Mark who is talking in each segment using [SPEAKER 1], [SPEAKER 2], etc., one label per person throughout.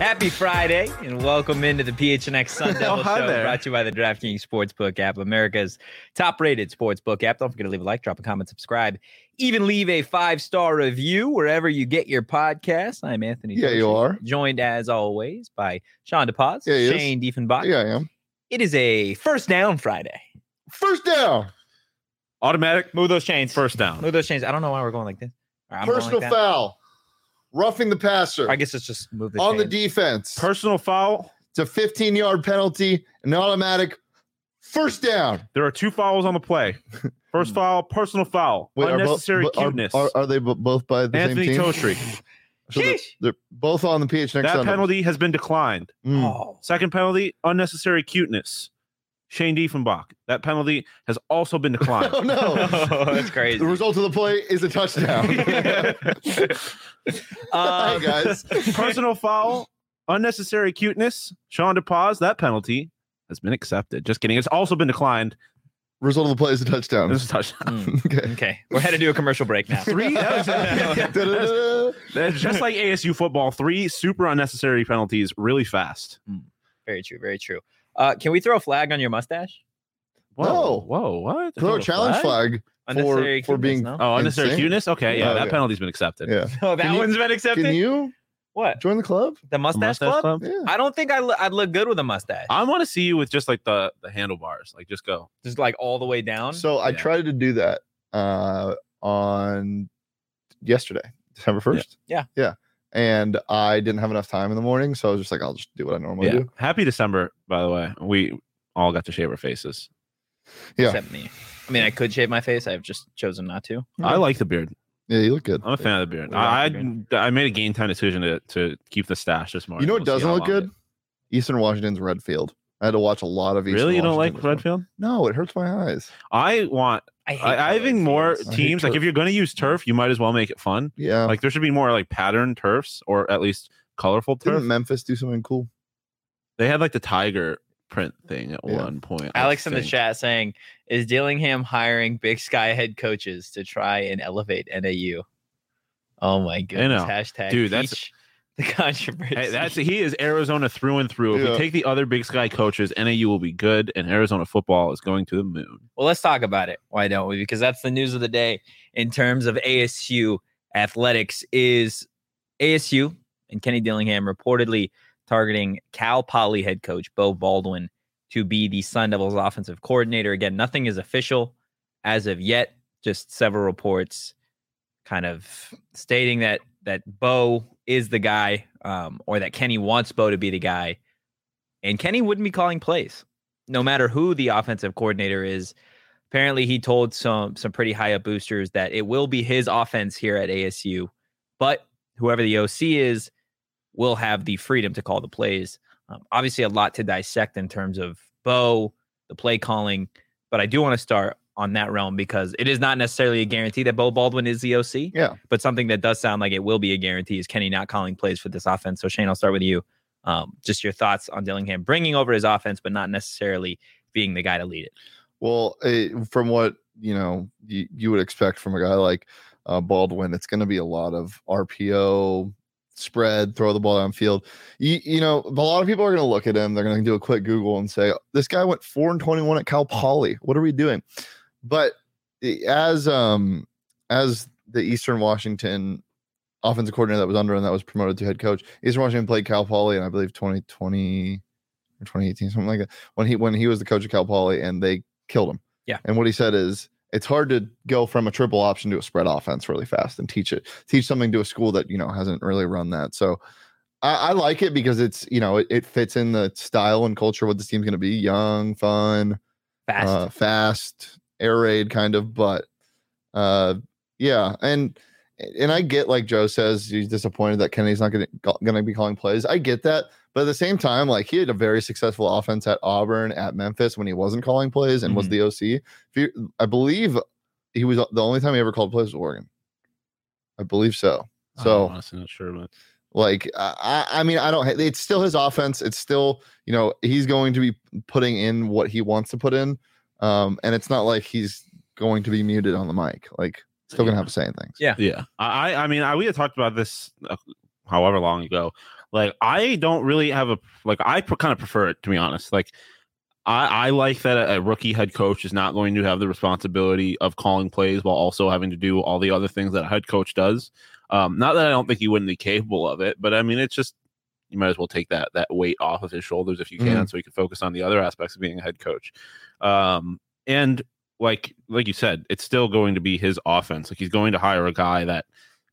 [SPEAKER 1] Happy Friday and welcome into the PHNX Sun Devil
[SPEAKER 2] Oh, hi
[SPEAKER 1] Show
[SPEAKER 2] there.
[SPEAKER 1] brought to you by the DraftKings Sportsbook app, America's top rated sportsbook app. Don't forget to leave a like, drop a comment, subscribe, even leave a five star review wherever you get your podcast. I'm Anthony.
[SPEAKER 2] Yeah, you
[SPEAKER 1] Dorsey,
[SPEAKER 2] are.
[SPEAKER 1] Joined as always by Sean DePaz,
[SPEAKER 2] Yeah, he is.
[SPEAKER 1] Shane Diefenbach.
[SPEAKER 2] Yeah, I am.
[SPEAKER 1] It is a first down Friday.
[SPEAKER 2] First down,
[SPEAKER 3] Automatic
[SPEAKER 1] Move those chains.
[SPEAKER 3] first down.
[SPEAKER 1] Move those chains. I don't know why we're going like this. Or I'm going like
[SPEAKER 2] personal
[SPEAKER 1] that.
[SPEAKER 2] foul, roughing the passer
[SPEAKER 1] I guess it's just move the
[SPEAKER 2] on the
[SPEAKER 1] chains.
[SPEAKER 2] defense.
[SPEAKER 3] Personal foul.
[SPEAKER 2] it's a 15 yard penalty, an automatic first down.
[SPEAKER 3] There are two fouls on the play. First foul, personal foul.
[SPEAKER 2] Hmm. Wait, are both-
[SPEAKER 3] Unnecessary
[SPEAKER 2] but are,
[SPEAKER 3] cuteness.
[SPEAKER 2] Are, are they bo- both by the
[SPEAKER 3] Anthony
[SPEAKER 2] same team?
[SPEAKER 3] Toshri.
[SPEAKER 2] So they're,
[SPEAKER 1] Sheesh.
[SPEAKER 2] they're both on the PH next
[SPEAKER 3] that
[SPEAKER 2] Sunday.
[SPEAKER 3] penalty has been declined.
[SPEAKER 2] Mm.
[SPEAKER 1] Oh.
[SPEAKER 3] Second penalty, unnecessary cuteness. Shane Diefenbach. That penalty has also been declined.
[SPEAKER 2] Oh, no.
[SPEAKER 1] that's crazy.
[SPEAKER 2] The result of the play is a touchdown. Hi,
[SPEAKER 1] Um,
[SPEAKER 2] guys.
[SPEAKER 3] personal foul, unnecessary cuteness. Sean DePaz, that penalty has been accepted. Just kidding. It's also been declined.
[SPEAKER 2] Result of the play is a touchdown.
[SPEAKER 3] This is a touchdown.
[SPEAKER 1] mm,
[SPEAKER 2] Okay.
[SPEAKER 1] okay. We're headed to a commercial break now.
[SPEAKER 3] Three. that was-
[SPEAKER 2] Da-da-da-da.
[SPEAKER 3] That's just like ASU football, three super unnecessary penalties really fast.
[SPEAKER 1] Very true. Very true. Uh, can we throw a flag on your mustache?
[SPEAKER 3] Whoa,
[SPEAKER 2] No.
[SPEAKER 3] whoa, what?
[SPEAKER 2] Throw a challenge flag.
[SPEAKER 1] Unnecessary
[SPEAKER 2] for
[SPEAKER 1] cuteness,
[SPEAKER 2] being-
[SPEAKER 1] no?
[SPEAKER 3] Oh, unnecessary
[SPEAKER 2] Insane. Oh,
[SPEAKER 3] cuteness? Okay, yeah,
[SPEAKER 2] Yeah.
[SPEAKER 3] that
[SPEAKER 2] Okay.
[SPEAKER 3] penalty's been accepted.
[SPEAKER 2] Yeah.
[SPEAKER 1] Oh, that
[SPEAKER 2] can you-
[SPEAKER 1] one's been accepted.
[SPEAKER 2] Can you
[SPEAKER 1] what
[SPEAKER 2] join the club?
[SPEAKER 1] the
[SPEAKER 3] The
[SPEAKER 1] mustache, club?
[SPEAKER 2] Yeah.
[SPEAKER 1] I don't think I lo- I'd look good with a mustache.
[SPEAKER 3] I want to see you with just like the the handlebars, like just go.
[SPEAKER 1] Just like all the way down.
[SPEAKER 2] So I
[SPEAKER 3] Yeah.
[SPEAKER 2] tried to do that uh, on yesterday, December first.
[SPEAKER 1] Yeah.
[SPEAKER 2] yeah, and I didn't have enough time in the morning, so I was just like, I'll just do what I normally
[SPEAKER 3] Yeah.
[SPEAKER 2] do.
[SPEAKER 3] Happy December, by the way. We all got to shave our faces.
[SPEAKER 2] yeah.
[SPEAKER 1] Except me. I mean, I could shave my face. I've just chosen not to.
[SPEAKER 3] I like the beard.
[SPEAKER 2] Yeah, you look good.
[SPEAKER 3] I'm a fan of the beard.
[SPEAKER 1] We like
[SPEAKER 3] I
[SPEAKER 1] the
[SPEAKER 3] I, I made a game time decision to, to keep the stash this morning.
[SPEAKER 2] You know what
[SPEAKER 3] We'll see
[SPEAKER 2] doesn't
[SPEAKER 3] how
[SPEAKER 2] look
[SPEAKER 3] long
[SPEAKER 2] good?
[SPEAKER 3] it-
[SPEAKER 2] Eastern Washington's Redfield. I had to watch a lot of Eastern.
[SPEAKER 3] Really, you don't like
[SPEAKER 2] Washington this
[SPEAKER 3] Redfield?
[SPEAKER 2] morning. No, it hurts my eyes.
[SPEAKER 3] I want.
[SPEAKER 1] I, hate
[SPEAKER 3] I, I
[SPEAKER 1] colored
[SPEAKER 3] think more
[SPEAKER 1] fields.
[SPEAKER 2] hate
[SPEAKER 3] teams. Like
[SPEAKER 2] turf.
[SPEAKER 3] if you're going to use turf, you might as well make it fun.
[SPEAKER 2] Yeah,
[SPEAKER 3] Like there should be more like pattern turfs or at least colorful turf.
[SPEAKER 2] didn't Memphis do something cool?
[SPEAKER 3] They had like the tiger print thing at
[SPEAKER 2] Yeah.
[SPEAKER 3] one point. I
[SPEAKER 1] Alex in the
[SPEAKER 3] think.
[SPEAKER 1] chat saying, "Is Dillingham hiring Big Sky head coaches to try and elevate NAU?" Oh my goodness!
[SPEAKER 3] know.
[SPEAKER 1] Hashtag
[SPEAKER 3] Dude, that's-
[SPEAKER 1] teach the controversy.
[SPEAKER 3] Hey, that's he is Arizona through and through. If
[SPEAKER 2] Yeah.
[SPEAKER 3] we take the other Big Sky coaches, NAU will be good, and Arizona football is going to the moon.
[SPEAKER 1] Well, let's talk about it. Why don't we? Because that's the news of the day in terms of ASU athletics. Is ASU and Kenny Dillingham reportedly targeting Cal Poly head coach Bo Baldwin to be the Sun Devils offensive coordinator? Again, nothing is official as of yet. Just several reports, kind of stating that that Bo is the guy, um, or that Kenny wants Bo to be the guy, and Kenny wouldn't be calling plays no matter who the offensive coordinator is. Apparently, he told some some pretty high up boosters that it will be his offense here at ASU, but whoever the OC is will have the freedom to call the plays. Um, obviously, a lot to dissect in terms of Bo, the play calling, but I do want to start on that realm because it is not necessarily a guarantee that Bo Baldwin is the OC,
[SPEAKER 2] Yeah,
[SPEAKER 1] but something that does sound like it will be a guarantee is Kenny not calling plays for this offense. So Shane, I'll start with you. Um, just your thoughts on Dillingham bringing over his offense, but not necessarily being the guy to lead it.
[SPEAKER 2] Well, it, from what you know, you, you would expect from a guy like uh, Baldwin, it's going to be a lot of RPO, spread, throw the ball downfield. You, you know, a lot of people are going to look at him. They're going to do a quick Google and say, "This guy went four and twenty-one at Cal Poly. What are we doing?" But i- eh, as um as the Eastern Washington offensive coordinator that was under and that was promoted to head coach, Eastern Washington played Cal Poly and I believe 2020 or 2018, something like that. When he when he was the coach of Cal Poly and they killed him.
[SPEAKER 1] Yeah.
[SPEAKER 2] And what he said is it's hard to go from a triple option to a spread offense really fast and teach it. Teach something to a school that you know hasn't really run that. So I, I like it because it's you know it, it fits in the style and culture of what this team's going to be young, fun,
[SPEAKER 1] Fast.
[SPEAKER 2] uh, fast air raid kind of but uh yeah and and i get like joe says he's disappointed that kennedy's not gonna gonna be calling plays i get that but at the same time like he had a very successful offense at auburn at memphis when he wasn't calling plays and was
[SPEAKER 1] Mhm.
[SPEAKER 2] the oc if you, i believe he was the only time he ever called plays was oregon i believe so so
[SPEAKER 3] I'm honestly not sure, but
[SPEAKER 2] like I, I I mean, I don't. ha- It's still his offense. It's still you know he's going to be putting in what he wants to put in, um, and it's not like he's going to be muted on the mic. Like still gonna have to say things.
[SPEAKER 1] Yeah.
[SPEAKER 3] yeah, I I I mean, I we had talked about this uh, however long ago. Like, I don't really have a like. I pr- kind of prefer it to be honest. Like, I I like that a, a rookie head coach is not going to have the responsibility of calling plays while also having to do all the other things that a head coach does. Um, not that I don't think he wouldn't be capable of it, but I mean, it's just you might as well take that that weight off of his shoulders if you can, so he can focus on the other aspects of being a head coach. Um, and like like you said, it's still going to be his offense. Like he's going to hire a guy that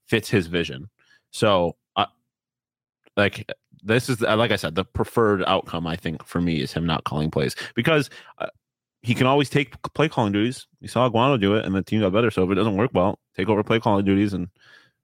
[SPEAKER 3] fits his vision. So, I like this is uh, like I said, the preferred outcome I think for me is him not calling plays because uh, he can always take play calling duties. We saw Aguano do it, and the team got better. So if it doesn't work well, take over play calling duties and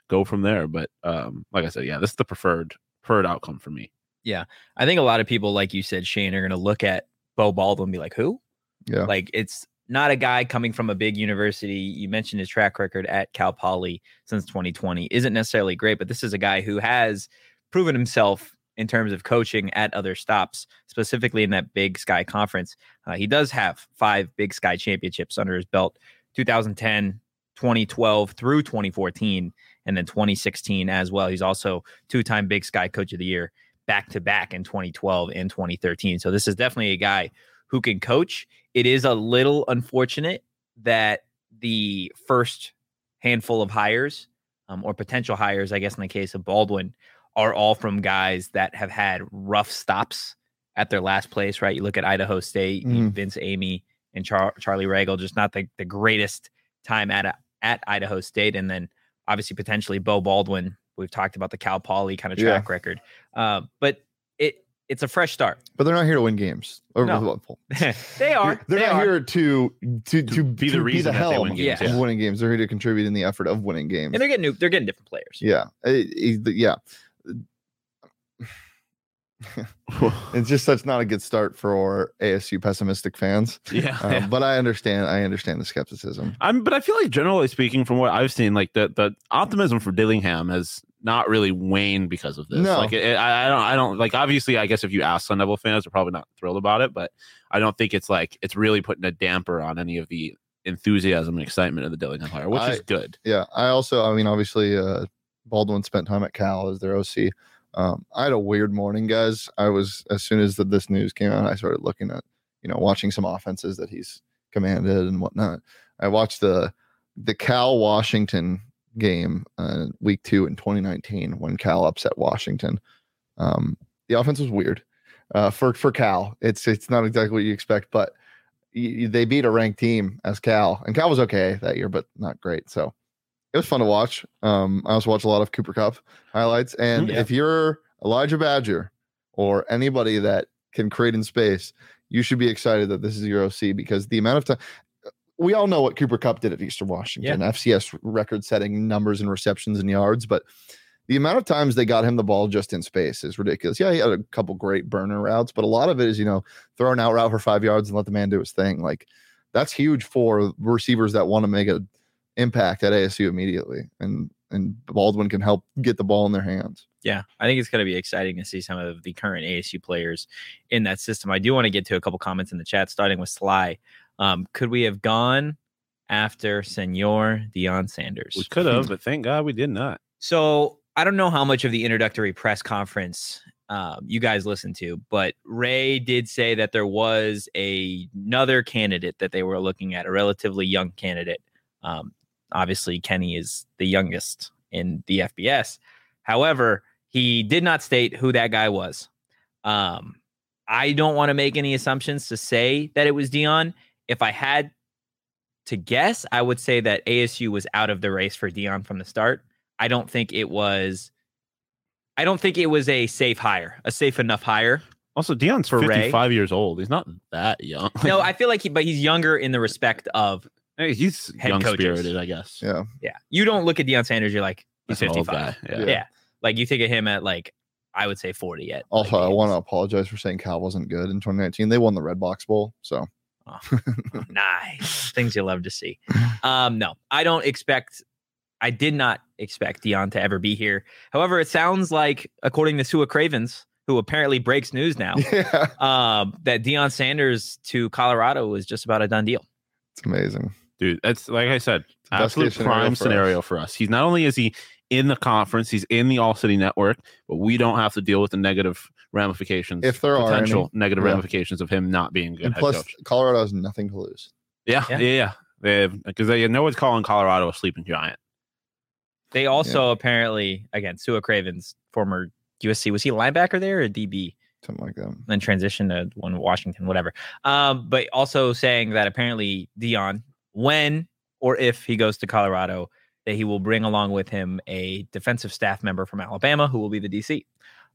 [SPEAKER 3] go from there. But um, like I said, yeah, this is the preferred preferred outcome for me.
[SPEAKER 1] I think a lot of people, like you said, Shane, are going to look at Bo Baldwin and be like, who?
[SPEAKER 2] Yeah.
[SPEAKER 1] Like, it's not a guy coming from a big university. You mentioned his track record at Cal Poly since 2020 isn't necessarily great, but this is a guy who has proven himself in terms of coaching at other stops, specifically in that Big Sky Conference. Uh, he does have five Big Sky championships under his belt 2010, 2012 through 2014, and then 2016 as well. He's also two time Big Sky Coach of the Year back to back in 2012 and 2013. So this is definitely a guy who can coach. It is a little unfortunate that the first handful of hires um, or potential hires, I guess, in the case of Baldwin, are all from guys that have had rough stops at their last place, right? You look at Idaho State, you-
[SPEAKER 2] Mhm.
[SPEAKER 1] Vince Amy and Char- Charlie Regal, just not the, the greatest time at, a, at Idaho State. And then obviously potentially Bo Baldwin. We've talked about the Cal Poly kind of
[SPEAKER 2] Yeah.
[SPEAKER 1] track record. Uh, but it it's a fresh start.
[SPEAKER 2] But they're not here to win games. Or
[SPEAKER 1] No. they are.
[SPEAKER 2] They're
[SPEAKER 1] they
[SPEAKER 2] not
[SPEAKER 1] are.
[SPEAKER 2] here to to to,
[SPEAKER 3] To be the
[SPEAKER 2] to
[SPEAKER 3] reason that they
[SPEAKER 2] helm
[SPEAKER 3] win
[SPEAKER 1] games,
[SPEAKER 2] of
[SPEAKER 3] yeah.
[SPEAKER 2] winning games. They're here to contribute in the effort of winning games.
[SPEAKER 1] and they're getting new. They're getting different players.
[SPEAKER 2] Yeah, It- it- yeah. It's just that's not a good start for ASU pessimistic fans.
[SPEAKER 3] yeah.
[SPEAKER 2] Um, But I understand. I understand the skepticism.
[SPEAKER 3] I'm, but I feel like generally speaking, from what I've seen, like the the optimism for Dillingham has not really waned because of this.
[SPEAKER 2] No.
[SPEAKER 3] Like it, I, I don't, I don't like. Obviously, I guess if you ask Sun Devil fans, they're probably not thrilled about it. But I don't think it's like it's really putting a damper on any of the enthusiasm and excitement of the Dillingham hire, which
[SPEAKER 2] I-
[SPEAKER 3] is good.
[SPEAKER 2] yeah i also i mean obviously uh baldwin spent time at cal as their oc um i had a weird morning guys i was as soon as the, this news came out i started looking at you know watching some offenses that he's commanded and whatnot i watched the the cal washington game uh, week two in 2019 when cal upset washington um the offense was weird uh for for cal it's it's not exactly what you expect but y- y- they beat a ranked team as cal and cal was okay that year but not great so it was fun to watch. Um, I also watch a lot of Cooper Cup highlights. And
[SPEAKER 3] Yeah.
[SPEAKER 2] if you're Elijah Badger or anybody that can create in space, you should be excited that this is your OC because the amount of time we all know what Cooper Cup did at Eastern Washington, FCS record setting numbers and receptions and yards, but the amount of times they got him the ball just in space is ridiculous. Yeah, he had a couple great burner routes, but a lot of it is, you know, throw an out route for five yards and let the man do his thing. Like that's huge for receivers that want to make a impact at ASU immediately, and and Baldwin can help get the ball in their hands.
[SPEAKER 1] Yeah, I think it's going to be exciting to see some of the current ASU players in that system. I do want to get to a couple comments in the chat, starting with Sly. Um, could we have gone after Senor Deion Sanders?
[SPEAKER 3] We could have, but thank God we did not.
[SPEAKER 1] So I don't know how much of the introductory press conference um, you guys listened to, but Ray did say that there was a, another candidate that they were looking at, a relatively young candidate. Um, obviously Kenny is the youngest in the FBS. However, he did not state who that guy was. Um, I don't want to make any assumptions to say that it was Dion. If I had to guess, I would say that ASU was out of the race for Dion from the start. I don't think it was. I don't think it was a safe hire, a safe enough hire.
[SPEAKER 3] Also, Dion's
[SPEAKER 1] For Ray?
[SPEAKER 3] 55 years old. He's not that young.
[SPEAKER 1] No, I feel like he, but he's younger in the respect of
[SPEAKER 3] Hey, he's
[SPEAKER 1] Head
[SPEAKER 3] young
[SPEAKER 1] coaches.
[SPEAKER 3] spirited, I guess.
[SPEAKER 2] Yeah.
[SPEAKER 1] yeah. You don't look at Deion Sanders, you're like he's
[SPEAKER 3] That's an old
[SPEAKER 1] 55.
[SPEAKER 3] guy.
[SPEAKER 1] Yeah.
[SPEAKER 3] Yeah.
[SPEAKER 1] like you think of him at like I would say 40 yet.
[SPEAKER 2] Also,
[SPEAKER 1] like,
[SPEAKER 2] I want to apologize for saying Cal wasn't good in 2019. They won the Red Box Bowl, so
[SPEAKER 1] Oh, nice things you love to see. Um, no, I don't expect. I did not expect Dion to ever be here. However, it sounds like, according to Sua Cravens, who apparently breaks news now,
[SPEAKER 2] yeah,
[SPEAKER 1] um, that Deion Sanders to Colorado was just about a done deal.
[SPEAKER 2] it's amazing.
[SPEAKER 3] Dude, that's like I said,
[SPEAKER 2] Best
[SPEAKER 3] absolute
[SPEAKER 2] case scenario
[SPEAKER 3] prime
[SPEAKER 2] for us.
[SPEAKER 3] scenario for us. He's not only is he in the conference, he's in the All City Network, but we don't have to deal with the negative ramifications.
[SPEAKER 2] If there are any.
[SPEAKER 3] potential negative
[SPEAKER 2] Yeah.
[SPEAKER 3] ramifications of him not being a good
[SPEAKER 2] And
[SPEAKER 3] head
[SPEAKER 2] plus,
[SPEAKER 3] coach.
[SPEAKER 2] Colorado has nothing to lose.
[SPEAKER 3] Yeah,
[SPEAKER 1] Yeah.
[SPEAKER 3] yeah, yeah. They because they no one's calling Colorado a sleeping giant.
[SPEAKER 1] They also apparently, again, Sua Cravens, former USC, was he a linebacker there or DB?
[SPEAKER 2] Something like that.
[SPEAKER 1] then transition to one Washington, whatever. Um, but also saying that apparently Dion, when or if he goes to Colorado, that he will bring along with him a defensive staff member from Alabama who will be the DC.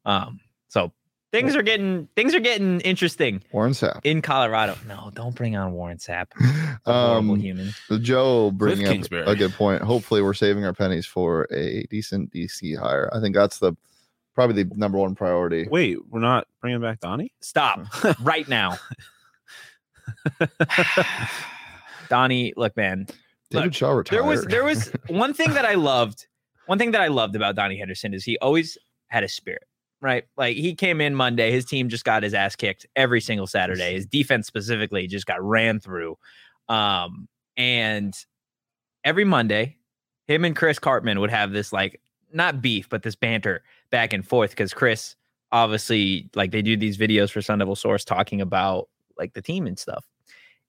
[SPEAKER 1] Um, so things are getting things are getting interesting
[SPEAKER 2] Warren Sapp.
[SPEAKER 1] in Colorado. No, don't bring on Warren Sapp. A horrible
[SPEAKER 2] Um,
[SPEAKER 1] human.
[SPEAKER 2] Joe bringing up
[SPEAKER 3] Kingsbury.
[SPEAKER 2] a good point. Hopefully, we're saving our pennies for a decent DC hire. I think that's the probably the number one priority.
[SPEAKER 3] Wait, we're not bringing back Donnie.
[SPEAKER 1] Stop right now. Donnie, look, man,
[SPEAKER 2] David
[SPEAKER 1] look,
[SPEAKER 2] Shaw retired.
[SPEAKER 1] There was there was one thing that I loved. One thing that I loved about Donnie Henderson is he always had a spirit, right? Like he came in Monday, his team just got his ass kicked every single Saturday. His defense specifically just got ran through. Um, and every Monday, him and Chris Cartman would have this like not beef, but this banter back and forth because Chris obviously like they do these videos for Sun Devil Source talking about like the team and stuff.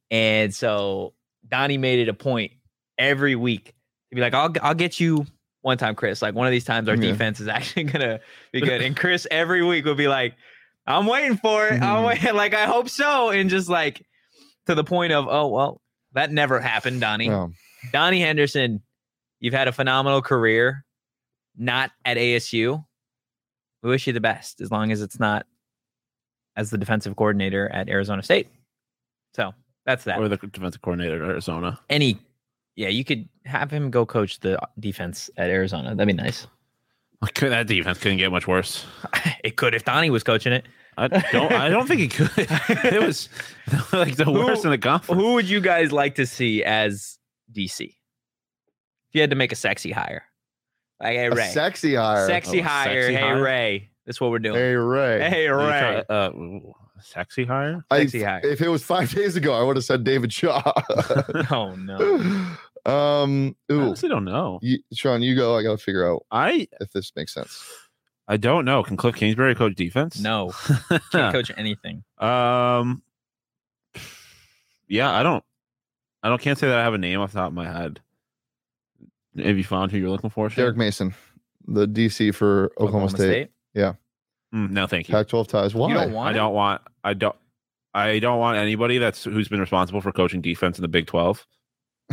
[SPEAKER 1] And so Donnie made it a point every week to be like, I'll I'll get you one time, Chris. Like one of these times our
[SPEAKER 2] Yeah.
[SPEAKER 1] defense is actually gonna be good. And Chris every week would be like, I'm waiting for it. I'm waiting, like I hope so. And just like to the point of, oh well, that never happened, Donnie.
[SPEAKER 2] No.
[SPEAKER 1] Donnie Henderson, you've had a phenomenal career, not at ASU. We wish you the best as long as it's not as the defensive coordinator at Arizona State. So that's that.
[SPEAKER 3] Or the defensive coordinator at Arizona.
[SPEAKER 1] Any, yeah, you could have him go coach the defense at Arizona. That'd be nice.
[SPEAKER 3] Could- That defense couldn't get much worse.
[SPEAKER 1] it could if Donnie was coaching it.
[SPEAKER 3] I don't. I don't think he could. It was like the
[SPEAKER 1] Who-
[SPEAKER 3] worst in the conference.
[SPEAKER 1] Who would you guys like to see as DC? If you had to make a sexy hire, like hey
[SPEAKER 2] A
[SPEAKER 1] Ray,
[SPEAKER 2] sexy hire.
[SPEAKER 1] sexy
[SPEAKER 3] Oh, a
[SPEAKER 1] hire,
[SPEAKER 3] sexy
[SPEAKER 1] hey
[SPEAKER 3] hire?
[SPEAKER 1] Ray, that's what we're doing.
[SPEAKER 2] Hey Ray.
[SPEAKER 1] Hey, Ray.
[SPEAKER 3] Uh, ooh, sexy hire.
[SPEAKER 2] I-
[SPEAKER 1] sexy hire.
[SPEAKER 2] If it was five days ago, I would have said David Shaw.
[SPEAKER 1] Oh no.
[SPEAKER 2] um,
[SPEAKER 3] I
[SPEAKER 2] ooh,
[SPEAKER 3] honestly don't know.
[SPEAKER 2] you, Sean, you go. I gotta figure out
[SPEAKER 3] I
[SPEAKER 2] if this makes sense.
[SPEAKER 3] I don't know. Can Cliff Kingsbury coach defense?
[SPEAKER 1] No. Can't coach anything.
[SPEAKER 3] um. Yeah, I don't. I don't. Can't say that I have a name off the top of my head. Have you found who you're looking for? Shane?
[SPEAKER 2] Derek Mason, the DC for Oklahoma, State,
[SPEAKER 3] Mm, no, thank you.
[SPEAKER 2] Pac-12 ties. Why?
[SPEAKER 1] You don't want
[SPEAKER 3] I
[SPEAKER 1] it?
[SPEAKER 3] don't want. I don't. I don't want anybody that's who's been responsible for coaching defense in the Big Twelve.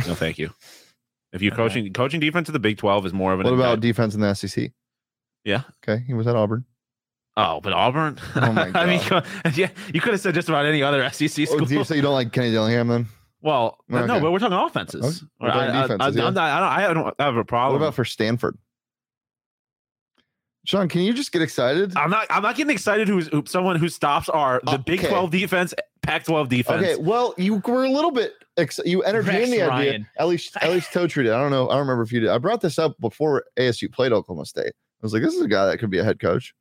[SPEAKER 3] No, thank you. If you're
[SPEAKER 1] Okay.
[SPEAKER 3] coaching coaching defense in the Big Twelve is more of an
[SPEAKER 2] what about
[SPEAKER 3] indictment.
[SPEAKER 2] defense in the SEC?
[SPEAKER 3] yeah.
[SPEAKER 2] Okay, he was at Auburn.
[SPEAKER 3] Oh, but Auburn.
[SPEAKER 2] Oh my
[SPEAKER 3] I mean, yeah, you could have said just about any other SEC
[SPEAKER 2] Oh,
[SPEAKER 3] school.
[SPEAKER 2] do you say you don't like Kenny Dillingham then?
[SPEAKER 3] well, no,
[SPEAKER 2] Okay.
[SPEAKER 3] but we're talking offenses.
[SPEAKER 2] Okay. We're talking
[SPEAKER 3] I, I- I-
[SPEAKER 2] defenses,
[SPEAKER 3] I'm
[SPEAKER 2] yeah.
[SPEAKER 3] not- I don't, I don't have a
[SPEAKER 2] What
[SPEAKER 3] problem.
[SPEAKER 2] about for Stanford? Sean, can you just get excited?
[SPEAKER 3] I'm not. I'm not getting excited. Who's who, someone who stops are the Big
[SPEAKER 2] Okay.
[SPEAKER 3] Twelve defense, Pac twelve defense.
[SPEAKER 2] Okay, well, you were a little bit ex- you entertained
[SPEAKER 1] Rex
[SPEAKER 2] the idea.
[SPEAKER 1] Ryan.
[SPEAKER 2] At least, at least Toe treated. I don't know. I don't remember if you did. I brought this up before ASU played Oklahoma State. I was like, this is a guy that could be a head coach.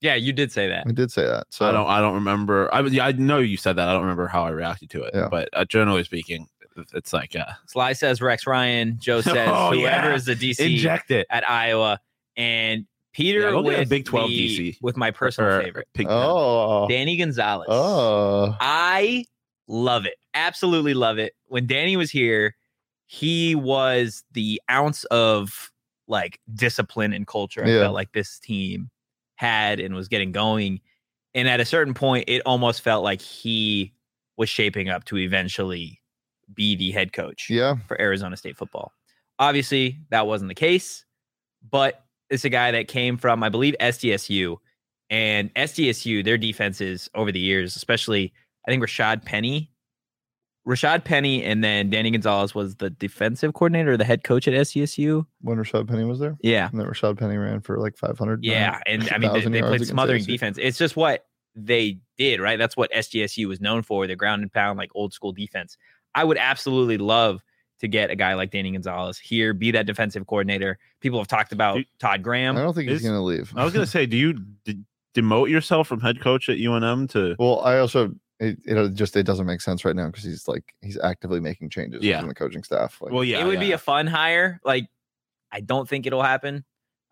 [SPEAKER 1] Yeah, you did say that.
[SPEAKER 3] Mm.
[SPEAKER 2] I did say that. So
[SPEAKER 3] I don't. I don't remember. I yeah, I know you said that. I don't remember how I reacted to it.
[SPEAKER 2] Yeah.
[SPEAKER 3] But uh, generally speaking, it's like uh,
[SPEAKER 1] Sly says Rex Ryan. Joe says
[SPEAKER 3] Oh,
[SPEAKER 1] whoever
[SPEAKER 3] yeah.
[SPEAKER 1] is the DC
[SPEAKER 3] inject it.
[SPEAKER 1] at Iowa. And Peter
[SPEAKER 3] Yeah, we'll get a
[SPEAKER 1] with
[SPEAKER 3] Big 12
[SPEAKER 1] the-
[SPEAKER 3] DC.
[SPEAKER 1] with my personal
[SPEAKER 3] Or
[SPEAKER 1] favorite.
[SPEAKER 3] Pig Pen.
[SPEAKER 2] Oh,
[SPEAKER 1] Danny Gonzalez.
[SPEAKER 2] oh,
[SPEAKER 1] I love it. Absolutely love it. When Danny was here, he was the ounce of like discipline and culture I
[SPEAKER 2] Yeah.
[SPEAKER 1] felt like this team had and was getting going. And at a certain point, it almost felt like he was shaping up to eventually be the head coach
[SPEAKER 2] Yeah.
[SPEAKER 1] for Arizona State football. Obviously, that wasn't the case, but it's a guy that came from, I believe, SDSU. And SDSU, their defenses over the years, especially, I think Rashad Penny, Rashad Penny, and then Danny Gonzalez was the defensive coordinator, or the head coach at SDSU.
[SPEAKER 2] When Rashad Penny was there,
[SPEAKER 1] Yeah.
[SPEAKER 2] and then Rashad Penny ran for like 500.
[SPEAKER 1] Yeah, and I mean they,
[SPEAKER 2] 1,000
[SPEAKER 1] they
[SPEAKER 2] Uh, yards
[SPEAKER 1] played
[SPEAKER 2] against
[SPEAKER 1] smothering
[SPEAKER 2] ASU.
[SPEAKER 1] defense. It's just what they did, right? That's what SGSU was known for, the ground and pound, like old school defense. I would absolutely love to get a guy like Danny Gonzalez here, be that defensive coordinator. People have talked about
[SPEAKER 3] Dude,
[SPEAKER 1] Todd
[SPEAKER 2] I
[SPEAKER 1] Graham.
[SPEAKER 2] don't think he's
[SPEAKER 3] Is-
[SPEAKER 2] gonna leave.
[SPEAKER 3] I was gonna say, do you d- demote yourself from head coach at UNM to?
[SPEAKER 2] Well, I also it, it just it doesn't make sense right now because he's like he's actively making changes
[SPEAKER 3] Yeah.
[SPEAKER 2] in the coaching staff. Like,
[SPEAKER 3] Well, yeah,
[SPEAKER 1] it would be
[SPEAKER 3] yeah.
[SPEAKER 1] a fun hire. Like, I don't think it'll happen.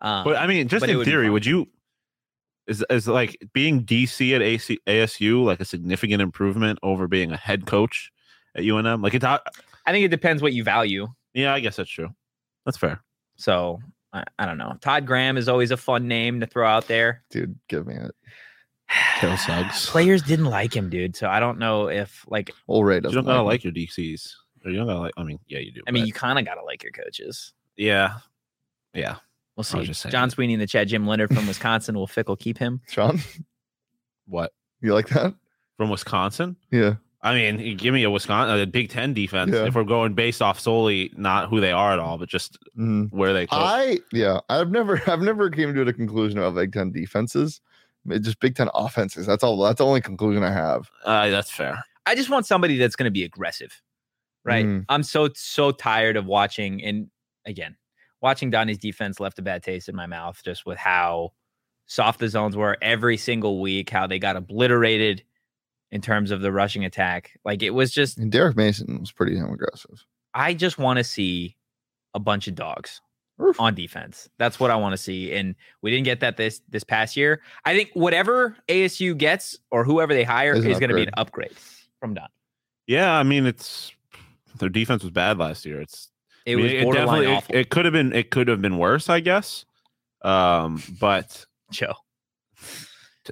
[SPEAKER 1] Um,
[SPEAKER 3] But I mean, just
[SPEAKER 1] but it
[SPEAKER 3] in
[SPEAKER 1] would be
[SPEAKER 3] theory,
[SPEAKER 1] fun.
[SPEAKER 3] would you? Is is like being DC at AC, ASU like a significant improvement over being a head coach at UNM? Like it's out.
[SPEAKER 1] I think it depends what you value.
[SPEAKER 3] Yeah, I guess that's true. That's fair.
[SPEAKER 1] So I, I don't know. Todd Graham is always a fun name to throw out there.
[SPEAKER 2] dude, give me it.
[SPEAKER 3] Tail Suggs.
[SPEAKER 1] Players didn't like him, dude. So I don't know if like
[SPEAKER 2] Old Ray
[SPEAKER 3] You
[SPEAKER 2] doesn't
[SPEAKER 3] don't gotta
[SPEAKER 2] him.
[SPEAKER 3] like your DCs, or you don't gotta like. I mean, yeah, you do.
[SPEAKER 1] I mean,
[SPEAKER 3] but-
[SPEAKER 1] you kind of got to like your coaches.
[SPEAKER 3] yeah, yeah.
[SPEAKER 1] We'll
[SPEAKER 3] I
[SPEAKER 1] see.
[SPEAKER 3] was just saying
[SPEAKER 1] John
[SPEAKER 3] that.
[SPEAKER 1] Sweeney in the chat. Jim Leonard from Wisconsin will fickle keep him.
[SPEAKER 2] Sean.
[SPEAKER 3] What
[SPEAKER 2] You like that?
[SPEAKER 3] from Wisconsin?
[SPEAKER 2] Yeah.
[SPEAKER 3] I mean, you give me a Wisconsin, a Big Ten defense.
[SPEAKER 2] Yeah.
[SPEAKER 3] If we're going based off solely not who they are at all, but just
[SPEAKER 2] Mhm.
[SPEAKER 3] where they. coach.
[SPEAKER 2] I yeah, I've never I've never came to a conclusion about Big Ten defenses. It just Big Ten offenses. That's all. That's the only conclusion I have.
[SPEAKER 3] uh, that's fair.
[SPEAKER 1] I just want somebody that's going to be aggressive, right?
[SPEAKER 2] Mm.
[SPEAKER 1] I'm so so tired of watching and again, watching Donnie's defense left a bad taste in my mouth just with how soft the zones were every single week, how they got obliterated in terms of the rushing attack. Like it was just,
[SPEAKER 2] And Derek Mason was pretty damn aggressive.
[SPEAKER 1] I just want to see a bunch of dogs.
[SPEAKER 2] Oof.
[SPEAKER 1] on defense. That's what I want to see. And we didn't get that this this past year. I think whatever ASU gets or whoever they hire
[SPEAKER 2] Is
[SPEAKER 1] is
[SPEAKER 2] an
[SPEAKER 1] going to be an upgrade from Don.
[SPEAKER 3] Yeah, I mean, it's their defense was bad last year. It's
[SPEAKER 1] It
[SPEAKER 3] I mean,
[SPEAKER 1] was borderline
[SPEAKER 3] definitely- it-
[SPEAKER 1] awful.
[SPEAKER 3] It, could have been it could have been worse, I guess. Um, but
[SPEAKER 1] Joe.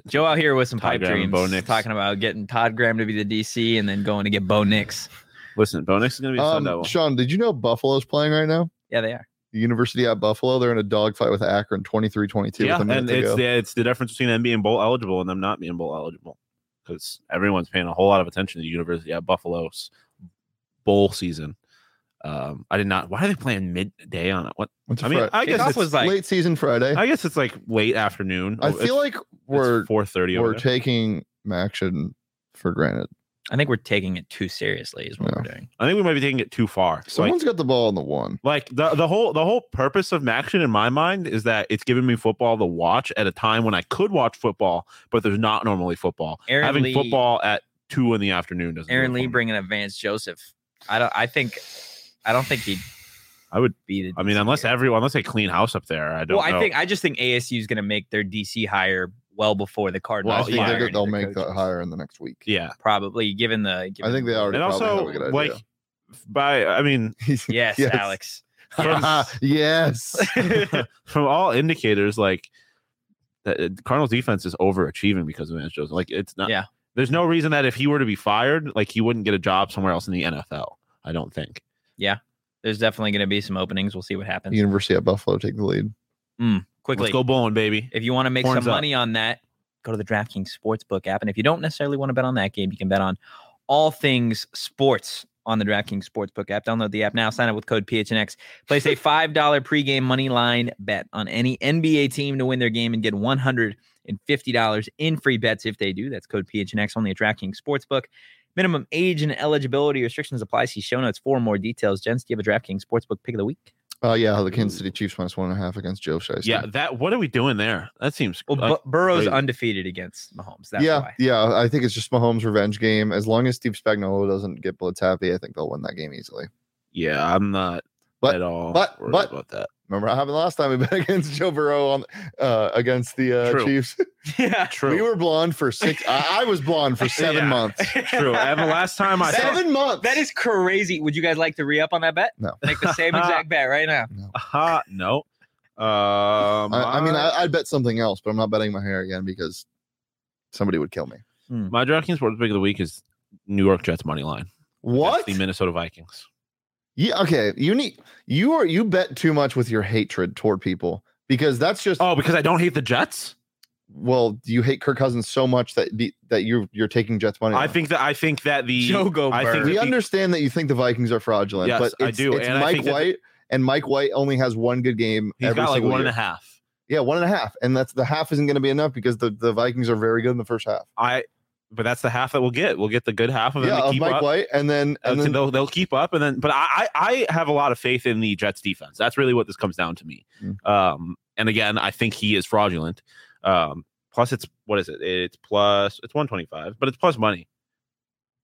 [SPEAKER 1] Joe out here with some pipe
[SPEAKER 3] Todd Graham and
[SPEAKER 1] dreams,
[SPEAKER 3] Bo Nix.
[SPEAKER 1] talking about getting Todd Graham to be the DC and then going to get Bo Nix.
[SPEAKER 3] listen, Bo Nix is gonna be a Sun
[SPEAKER 2] Um,
[SPEAKER 3] Devil.
[SPEAKER 2] Sean, did you know Buffalo's playing right now?
[SPEAKER 1] Yeah, they are.
[SPEAKER 2] The University at Buffalo. They're in a dogfight with Akron, 23-22.
[SPEAKER 3] yeah,
[SPEAKER 2] with a minute
[SPEAKER 3] and
[SPEAKER 2] to
[SPEAKER 3] it's
[SPEAKER 2] go.
[SPEAKER 3] the it's the difference between them being bowl eligible and them not being bowl eligible because everyone's paying a whole lot of attention to the University at Buffalo's bowl season. Um, I did not. Why are they playing midday on it? What
[SPEAKER 2] What's a
[SPEAKER 3] I mean,
[SPEAKER 2] Fri-
[SPEAKER 3] I guess
[SPEAKER 1] Kickoff
[SPEAKER 3] it's
[SPEAKER 1] was like
[SPEAKER 2] late season Friday. I,
[SPEAKER 3] I guess it's like late afternoon.
[SPEAKER 2] Eh.
[SPEAKER 3] Oh,
[SPEAKER 2] feel like we're
[SPEAKER 3] four thirty.
[SPEAKER 2] we're taking action for granted.
[SPEAKER 1] I think we're taking it too seriously, is what we're doing.
[SPEAKER 3] I think we might be taking it too far. Like-
[SPEAKER 2] Someone's got the ball on the one.
[SPEAKER 3] Like the the whole the whole purpose of Maction in my mind is that it's giving me football to watch at a time when I could watch football, but there's not normally football.
[SPEAKER 1] Aaron
[SPEAKER 3] Having
[SPEAKER 1] Lee-
[SPEAKER 3] football at two in the afternoon doesn't. do
[SPEAKER 1] Aaron
[SPEAKER 3] it
[SPEAKER 1] Lee
[SPEAKER 3] for me.
[SPEAKER 1] bringing up Vance Joseph. I don't. I think. I don't think he'd
[SPEAKER 3] I would.
[SPEAKER 1] be the.
[SPEAKER 3] I mean,
[SPEAKER 1] DC
[SPEAKER 3] unless
[SPEAKER 1] here.
[SPEAKER 3] everyone, unless they clean house up there, I don't.
[SPEAKER 1] well,
[SPEAKER 3] know.
[SPEAKER 1] I think I just think ASU is going to make their DC hire well before the
[SPEAKER 2] Well, I
[SPEAKER 1] Cardinals.
[SPEAKER 2] think
[SPEAKER 3] fire
[SPEAKER 2] they,
[SPEAKER 1] hire
[SPEAKER 2] they'll
[SPEAKER 1] the
[SPEAKER 2] make that
[SPEAKER 1] coaches.
[SPEAKER 2] higher in the next week.
[SPEAKER 3] yeah,
[SPEAKER 1] probably given the. Given
[SPEAKER 2] think they
[SPEAKER 1] the-
[SPEAKER 2] already-
[SPEAKER 3] and
[SPEAKER 2] They probably
[SPEAKER 3] also
[SPEAKER 2] have a good
[SPEAKER 3] like
[SPEAKER 2] idea.
[SPEAKER 3] by I mean
[SPEAKER 1] Yes,
[SPEAKER 2] Yes.
[SPEAKER 1] Alex.
[SPEAKER 3] Yes.
[SPEAKER 2] yes.
[SPEAKER 3] from all indicators, like the the Cardinals defense is overachieving because of Vance Joseph. Like it's not.
[SPEAKER 1] Yeah.
[SPEAKER 3] There's no reason that if he were to be fired, like he wouldn't get a job somewhere else in the NFL. I don't think.
[SPEAKER 1] There's definitely going to be some openings. We'll see what happens.
[SPEAKER 2] University at Buffalo take the lead.
[SPEAKER 1] Quickly,
[SPEAKER 3] Let's go bowling, baby.
[SPEAKER 1] if you want to make some
[SPEAKER 3] Horns up.
[SPEAKER 1] money on that, go to the DraftKings Sportsbook app. And if you don't necessarily want to bet on that game, you can bet on all things sports on the DraftKings Sportsbook app. Download the app now. Sign up with code PHNX. Place a $5 pregame money line bet on any NBA team to win their game and get $150 in free bets if they do. That's code PHNX only at DraftKings Sportsbook. Minimum age and eligibility restrictions apply. See show notes for more details. Gents, do you have a DraftKings Sportsbook pick of the week?
[SPEAKER 2] Oh yeah, the Kansas City Chiefs minus one and a half against Joe Shiesty.
[SPEAKER 3] Yeah, that. What are we doing there? That seems.
[SPEAKER 1] Well,
[SPEAKER 3] like,
[SPEAKER 1] Bu- Burrow's
[SPEAKER 3] Uh, wait.
[SPEAKER 1] undefeated against Mahomes. That's
[SPEAKER 2] yeah,
[SPEAKER 1] why.
[SPEAKER 2] yeah. I think it's just Mahomes' revenge game. As long as Steve Spagnuolo doesn't get blitz happy, I think they'll win that game easily.
[SPEAKER 3] yeah, I'm not
[SPEAKER 2] But-
[SPEAKER 3] at all.
[SPEAKER 2] but-
[SPEAKER 3] worried
[SPEAKER 2] but-
[SPEAKER 3] about that.
[SPEAKER 2] Remember what happened last time we bet against Joe Burrow on uh, against the uh,
[SPEAKER 3] True.
[SPEAKER 2] Chiefs.
[SPEAKER 1] Yeah.
[SPEAKER 3] True.
[SPEAKER 2] We were blonde for six. I, I was blonde for seven
[SPEAKER 3] Yeah.
[SPEAKER 2] months.
[SPEAKER 3] True. And the last time I saw,
[SPEAKER 2] Seven months.
[SPEAKER 1] That is crazy. Would you guys like to re up on that bet?
[SPEAKER 2] No.
[SPEAKER 1] Make the same exact bet right now.
[SPEAKER 3] Aha, no. Um,
[SPEAKER 2] I, I mean, I, I'd bet something else, but I'm not betting my hair again because somebody would kill me.
[SPEAKER 3] my DraftKings sports pick of the week is New York Jets money line.
[SPEAKER 2] What?
[SPEAKER 3] Against The Minnesota Vikings.
[SPEAKER 2] Yeah. Okay. You need. You are. You bet too much with your hatred toward people because that's just.
[SPEAKER 3] Oh, because I don't hate the Jets.
[SPEAKER 2] Well, you hate Kirk Cousins so much that the, that you're you're taking Jets money.
[SPEAKER 3] I
[SPEAKER 2] line.
[SPEAKER 3] think that I think that the
[SPEAKER 1] Joe Go
[SPEAKER 3] I think
[SPEAKER 1] Bird.
[SPEAKER 2] we
[SPEAKER 3] that the-
[SPEAKER 2] understand that you think the Vikings are fraudulent,
[SPEAKER 3] Yes,
[SPEAKER 2] but
[SPEAKER 3] I
[SPEAKER 2] it's,
[SPEAKER 3] do,
[SPEAKER 2] It's
[SPEAKER 3] and I
[SPEAKER 2] Mike
[SPEAKER 3] think that-
[SPEAKER 2] White, and Mike White only has one good game
[SPEAKER 3] he's
[SPEAKER 2] every
[SPEAKER 3] got like
[SPEAKER 2] single
[SPEAKER 3] one and
[SPEAKER 2] year.
[SPEAKER 3] a half.
[SPEAKER 2] Yeah, one and a half, and that's the half isn't going to be enough because the the Vikings are very good in the first half.
[SPEAKER 3] I, but that's the half that we'll get. We'll get the good half of them
[SPEAKER 2] Yeah,
[SPEAKER 3] to
[SPEAKER 2] of
[SPEAKER 3] keep
[SPEAKER 2] Mike
[SPEAKER 3] up.
[SPEAKER 2] White, and then and
[SPEAKER 3] Uh,
[SPEAKER 2] then
[SPEAKER 3] they'll they'll keep up, and then. But I, I I have a lot of faith in the Jets defense. That's really what this comes down to me.
[SPEAKER 2] Mm.
[SPEAKER 3] Um, and again, I think he is fraudulent. Um, plus it's what is it? It's plus it's one twenty five, but it's plus money.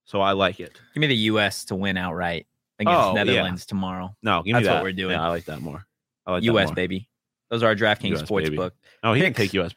[SPEAKER 3] So I like it.
[SPEAKER 1] Give me the U.S. to win outright against
[SPEAKER 3] Oh, yeah.
[SPEAKER 1] Netherlands tomorrow.
[SPEAKER 3] No, give me
[SPEAKER 1] That's
[SPEAKER 3] that.
[SPEAKER 1] what we're doing.
[SPEAKER 3] Yeah, I like that more. I like that
[SPEAKER 1] U.S.
[SPEAKER 3] more.
[SPEAKER 1] baby. Those are our DraftKings
[SPEAKER 3] US,
[SPEAKER 1] sports
[SPEAKER 3] baby.
[SPEAKER 1] book.
[SPEAKER 3] No, he didn't
[SPEAKER 1] Picks.
[SPEAKER 3] take U.S.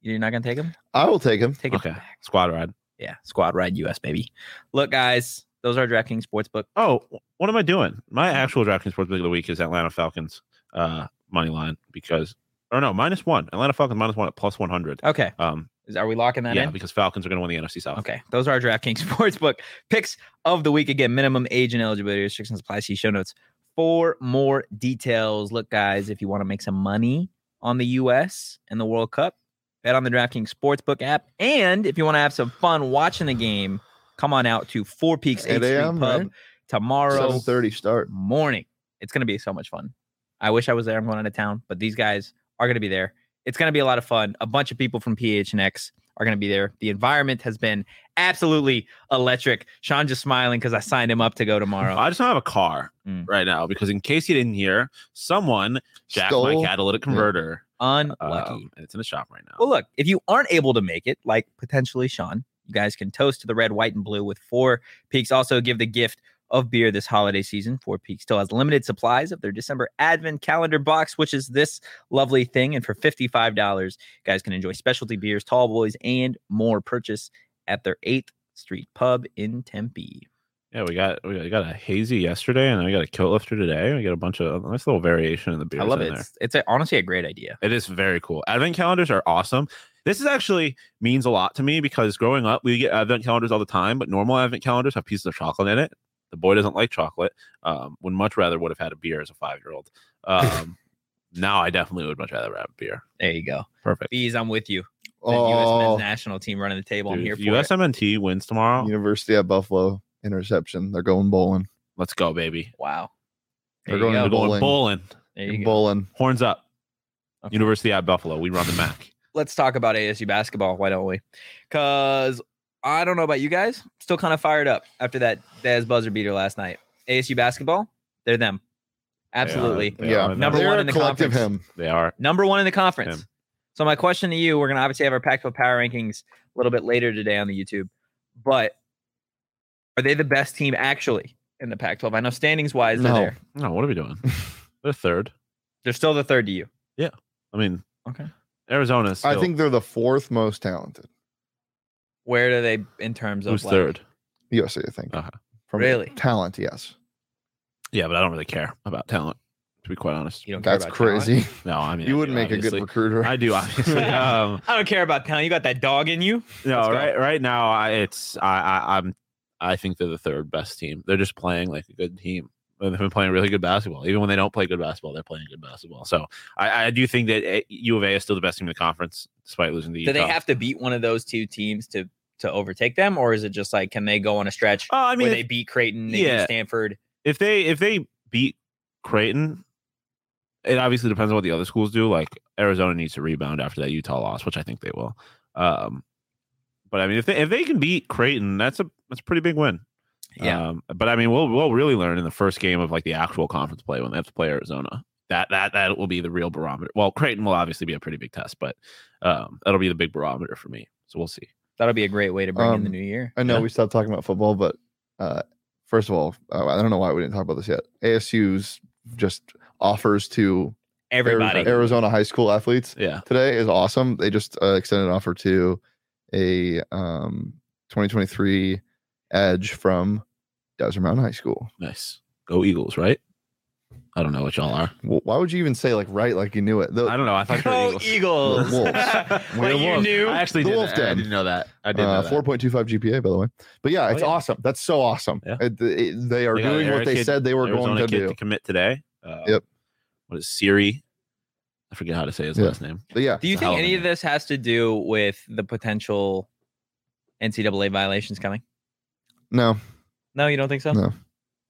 [SPEAKER 1] You're not gonna take them.
[SPEAKER 2] I will take him.
[SPEAKER 1] Take it.
[SPEAKER 3] Okay, squad ride.
[SPEAKER 1] Yeah, squad ride U.S. baby. Look, guys, those are our DraftKings sports book.
[SPEAKER 3] Oh, what am I doing?
[SPEAKER 1] Mm.
[SPEAKER 3] My actual DraftKings sports pick of the week is Atlanta Falcons uh, money line because or no minus one. Atlanta Falcons minus one at plus one hundred.
[SPEAKER 1] Okay,
[SPEAKER 3] Um,
[SPEAKER 1] Is, are we locking that
[SPEAKER 3] yeah,
[SPEAKER 1] in?
[SPEAKER 3] because Falcons are going to win the NFC South.
[SPEAKER 1] Okay, those are our DraftKings Sportsbook picks of the week. Again, minimum age and eligibility restrictions apply. See show notes for more details. Look, guys, if you want to make some money on the U.S. and the World Cup, bet on the DraftKings Sportsbook app. And if you want to have some fun watching the game, come on out to Four Peaks 8
[SPEAKER 2] 8
[SPEAKER 1] Street
[SPEAKER 2] a.m.
[SPEAKER 1] Pub
[SPEAKER 2] Right?
[SPEAKER 1] tomorrow
[SPEAKER 2] Seven thirty start.
[SPEAKER 1] morning. It's going to be so much fun. I wish I was there. I'm going out of town, but these guys are going to be there. It's going to be a lot of fun. A bunch of people from PHNX are going to be there. The environment has been absolutely electric. Sean just smiling because I signed him up to go tomorrow.
[SPEAKER 3] I uh, just don't have a car
[SPEAKER 1] Mm.
[SPEAKER 3] right now because, in case you didn't hear, someone jacked
[SPEAKER 2] Stole-
[SPEAKER 3] my catalytic converter.
[SPEAKER 1] Unlucky.
[SPEAKER 3] um, and it's in the shop right now.
[SPEAKER 1] Well, look, if you aren't able to make it, like potentially Sean, you guys can toast to the red, white, and blue with Four Peaks. Also, give the gift of beer this holiday season. Four Peaks still has limited supplies of their December Advent calendar box, which is this lovely thing. And for $55, you guys can enjoy specialty beers, tall boys, and more. Purchase at their 8th Street Pub in Tempe.
[SPEAKER 3] yeah, we got we got, we got a hazy yesterday, and then we got a coat lifter today. We got a bunch of nice little variation in the beers.
[SPEAKER 1] I love
[SPEAKER 3] in
[SPEAKER 1] it.
[SPEAKER 3] There.
[SPEAKER 1] It's, it's a, honestly a great idea.
[SPEAKER 3] It is very cool. Advent calendars are awesome. This is actually means a lot to me because growing up, we get advent calendars all the time, but normal advent calendars have pieces of chocolate in it. The boy doesn't like chocolate. Um, would much rather would have had a beer as a five year old. Um, now I definitely would much rather have a beer.
[SPEAKER 1] There you go.
[SPEAKER 3] Perfect.
[SPEAKER 1] Bees, I'm with you. The U.S. men's
[SPEAKER 2] Oh,
[SPEAKER 1] national team running the table. I'm
[SPEAKER 3] Dude,
[SPEAKER 1] here
[SPEAKER 3] if
[SPEAKER 1] for it.
[SPEAKER 3] USMNT wins tomorrow.
[SPEAKER 2] University at Buffalo interception. They're going bowling.
[SPEAKER 3] Let's go, baby.
[SPEAKER 1] Wow.
[SPEAKER 2] They're
[SPEAKER 1] There you
[SPEAKER 2] going
[SPEAKER 1] go.
[SPEAKER 3] We're
[SPEAKER 2] to bowling.
[SPEAKER 3] going bowling.
[SPEAKER 1] There you go.
[SPEAKER 2] Bowling.
[SPEAKER 3] Horns up.
[SPEAKER 1] Okay.
[SPEAKER 3] University at Buffalo. We run the MAC.
[SPEAKER 1] let's talk about ASU basketball. Why don't we? Because I don't know about you guys, still kind of fired up after that Dez buzzer beater last night. ASU basketball, they're them. Absolutely.
[SPEAKER 3] They
[SPEAKER 2] Yeah.
[SPEAKER 3] are them.
[SPEAKER 1] Number
[SPEAKER 2] They're
[SPEAKER 1] one
[SPEAKER 2] a
[SPEAKER 1] in the
[SPEAKER 2] collective
[SPEAKER 1] conference.
[SPEAKER 2] him.
[SPEAKER 3] They are.
[SPEAKER 1] Number one in the conference.
[SPEAKER 3] Them.
[SPEAKER 1] So my question to you, we're gonna obviously have our Pac-12 power rankings a little bit later today on the YouTube, but are they the best team actually in the Pac-12? I know standings wise, they're
[SPEAKER 2] No.
[SPEAKER 1] there.
[SPEAKER 3] No, what are we doing? They're third.
[SPEAKER 1] They're still the third to you.
[SPEAKER 3] I mean,
[SPEAKER 1] Okay.
[SPEAKER 3] Arizona's.
[SPEAKER 2] I think they're the fourth most talented.
[SPEAKER 1] Where do they in terms of
[SPEAKER 3] who's
[SPEAKER 1] like-
[SPEAKER 3] third?
[SPEAKER 2] USA, I think.
[SPEAKER 3] Uh-huh.
[SPEAKER 2] From
[SPEAKER 1] Oh, Really?
[SPEAKER 2] Talent, yes.
[SPEAKER 3] Yeah, but I don't really care about talent, to be quite honest.
[SPEAKER 1] You don't care
[SPEAKER 2] That's
[SPEAKER 1] about talent?
[SPEAKER 2] crazy.
[SPEAKER 3] No, I mean,
[SPEAKER 2] you
[SPEAKER 3] I
[SPEAKER 2] would
[SPEAKER 3] do,
[SPEAKER 2] make a
[SPEAKER 3] obviously.
[SPEAKER 2] good recruiter.
[SPEAKER 3] I do obviously. um,
[SPEAKER 1] I don't care about talent. You got that dog in you. Let's
[SPEAKER 3] no,
[SPEAKER 1] go.
[SPEAKER 3] right, right now, I, it's I, I, I'm, I think they're the third best team. They're just playing like a good team. And They've been playing really good basketball. Even when they don't play good basketball, they're playing good basketball. So I, I do think that eh, U of A is still the best team in the conference, despite losing to Utah.
[SPEAKER 1] Do they have to beat one of those two teams to to overtake them, or is it just like can they go on a stretch
[SPEAKER 3] Oh, I mean,
[SPEAKER 1] where they
[SPEAKER 3] if-
[SPEAKER 1] beat Creighton, they beat
[SPEAKER 3] yeah.
[SPEAKER 1] Stanford?
[SPEAKER 3] if they if they beat Creighton, it obviously depends on what the other schools do. Like Arizona needs to rebound after that Utah loss, which I think they will. Um, but I mean, if they if they can beat Creighton, that's a that's a pretty big win.
[SPEAKER 1] Uh,
[SPEAKER 3] Um, but I mean, we'll we'll really learn in the first game of like the actual conference play when they have to play Arizona. That that that will be the real barometer. Well, Creighton will obviously be a pretty big test, but um, that'll be the big barometer for me. So we'll see.
[SPEAKER 1] that'll be a great way to bring in the
[SPEAKER 2] Um,
[SPEAKER 1] new year.
[SPEAKER 2] I know
[SPEAKER 3] Yeah.
[SPEAKER 2] we stopped talking about football, but uh, first of all, uh, I don't know why we didn't talk about this yet. ASU's just offers to
[SPEAKER 1] everybody.
[SPEAKER 2] Ari- Arizona high school athletes
[SPEAKER 3] Yeah.
[SPEAKER 2] today is awesome. They just uh, extended an offer to a um, 2023 edge from Desert Mountain High School.
[SPEAKER 3] Nice. Go Eagles, right? I don't know what y'all are.
[SPEAKER 2] Wh- Why would you even say like right like you knew it? The-
[SPEAKER 3] I don't know. I thought you were
[SPEAKER 1] Go
[SPEAKER 3] Eagles.
[SPEAKER 1] Eagles.
[SPEAKER 2] We're wolves.
[SPEAKER 3] We're
[SPEAKER 1] What you
[SPEAKER 3] wolves.
[SPEAKER 1] knew.
[SPEAKER 3] I actually
[SPEAKER 2] The
[SPEAKER 3] didn't,
[SPEAKER 2] wolf
[SPEAKER 3] I
[SPEAKER 2] den.
[SPEAKER 3] didn't know that. I didn't
[SPEAKER 2] uh,
[SPEAKER 3] know that. Oh,
[SPEAKER 2] 4.25 GPA, by the way. But yeah, it's
[SPEAKER 3] yeah.
[SPEAKER 2] awesome. That's so awesome.
[SPEAKER 3] Yeah.
[SPEAKER 2] It- it- they are
[SPEAKER 3] They got
[SPEAKER 2] doing
[SPEAKER 3] an
[SPEAKER 2] what
[SPEAKER 3] Arizona
[SPEAKER 2] they
[SPEAKER 3] kid-
[SPEAKER 2] said they were
[SPEAKER 3] Arizona
[SPEAKER 2] going to
[SPEAKER 3] kid
[SPEAKER 2] do.
[SPEAKER 3] to commit today. Uh,
[SPEAKER 2] Yep.
[SPEAKER 3] What is Siri? I forget how to say his
[SPEAKER 2] Yeah.
[SPEAKER 3] last name.
[SPEAKER 2] But yeah,
[SPEAKER 1] Do you
[SPEAKER 3] It's a hell
[SPEAKER 1] think
[SPEAKER 3] of a
[SPEAKER 1] any of
[SPEAKER 3] name.
[SPEAKER 1] this has to do with the potential NCAA violations coming?
[SPEAKER 2] no,
[SPEAKER 1] No, you don't think so.
[SPEAKER 2] No.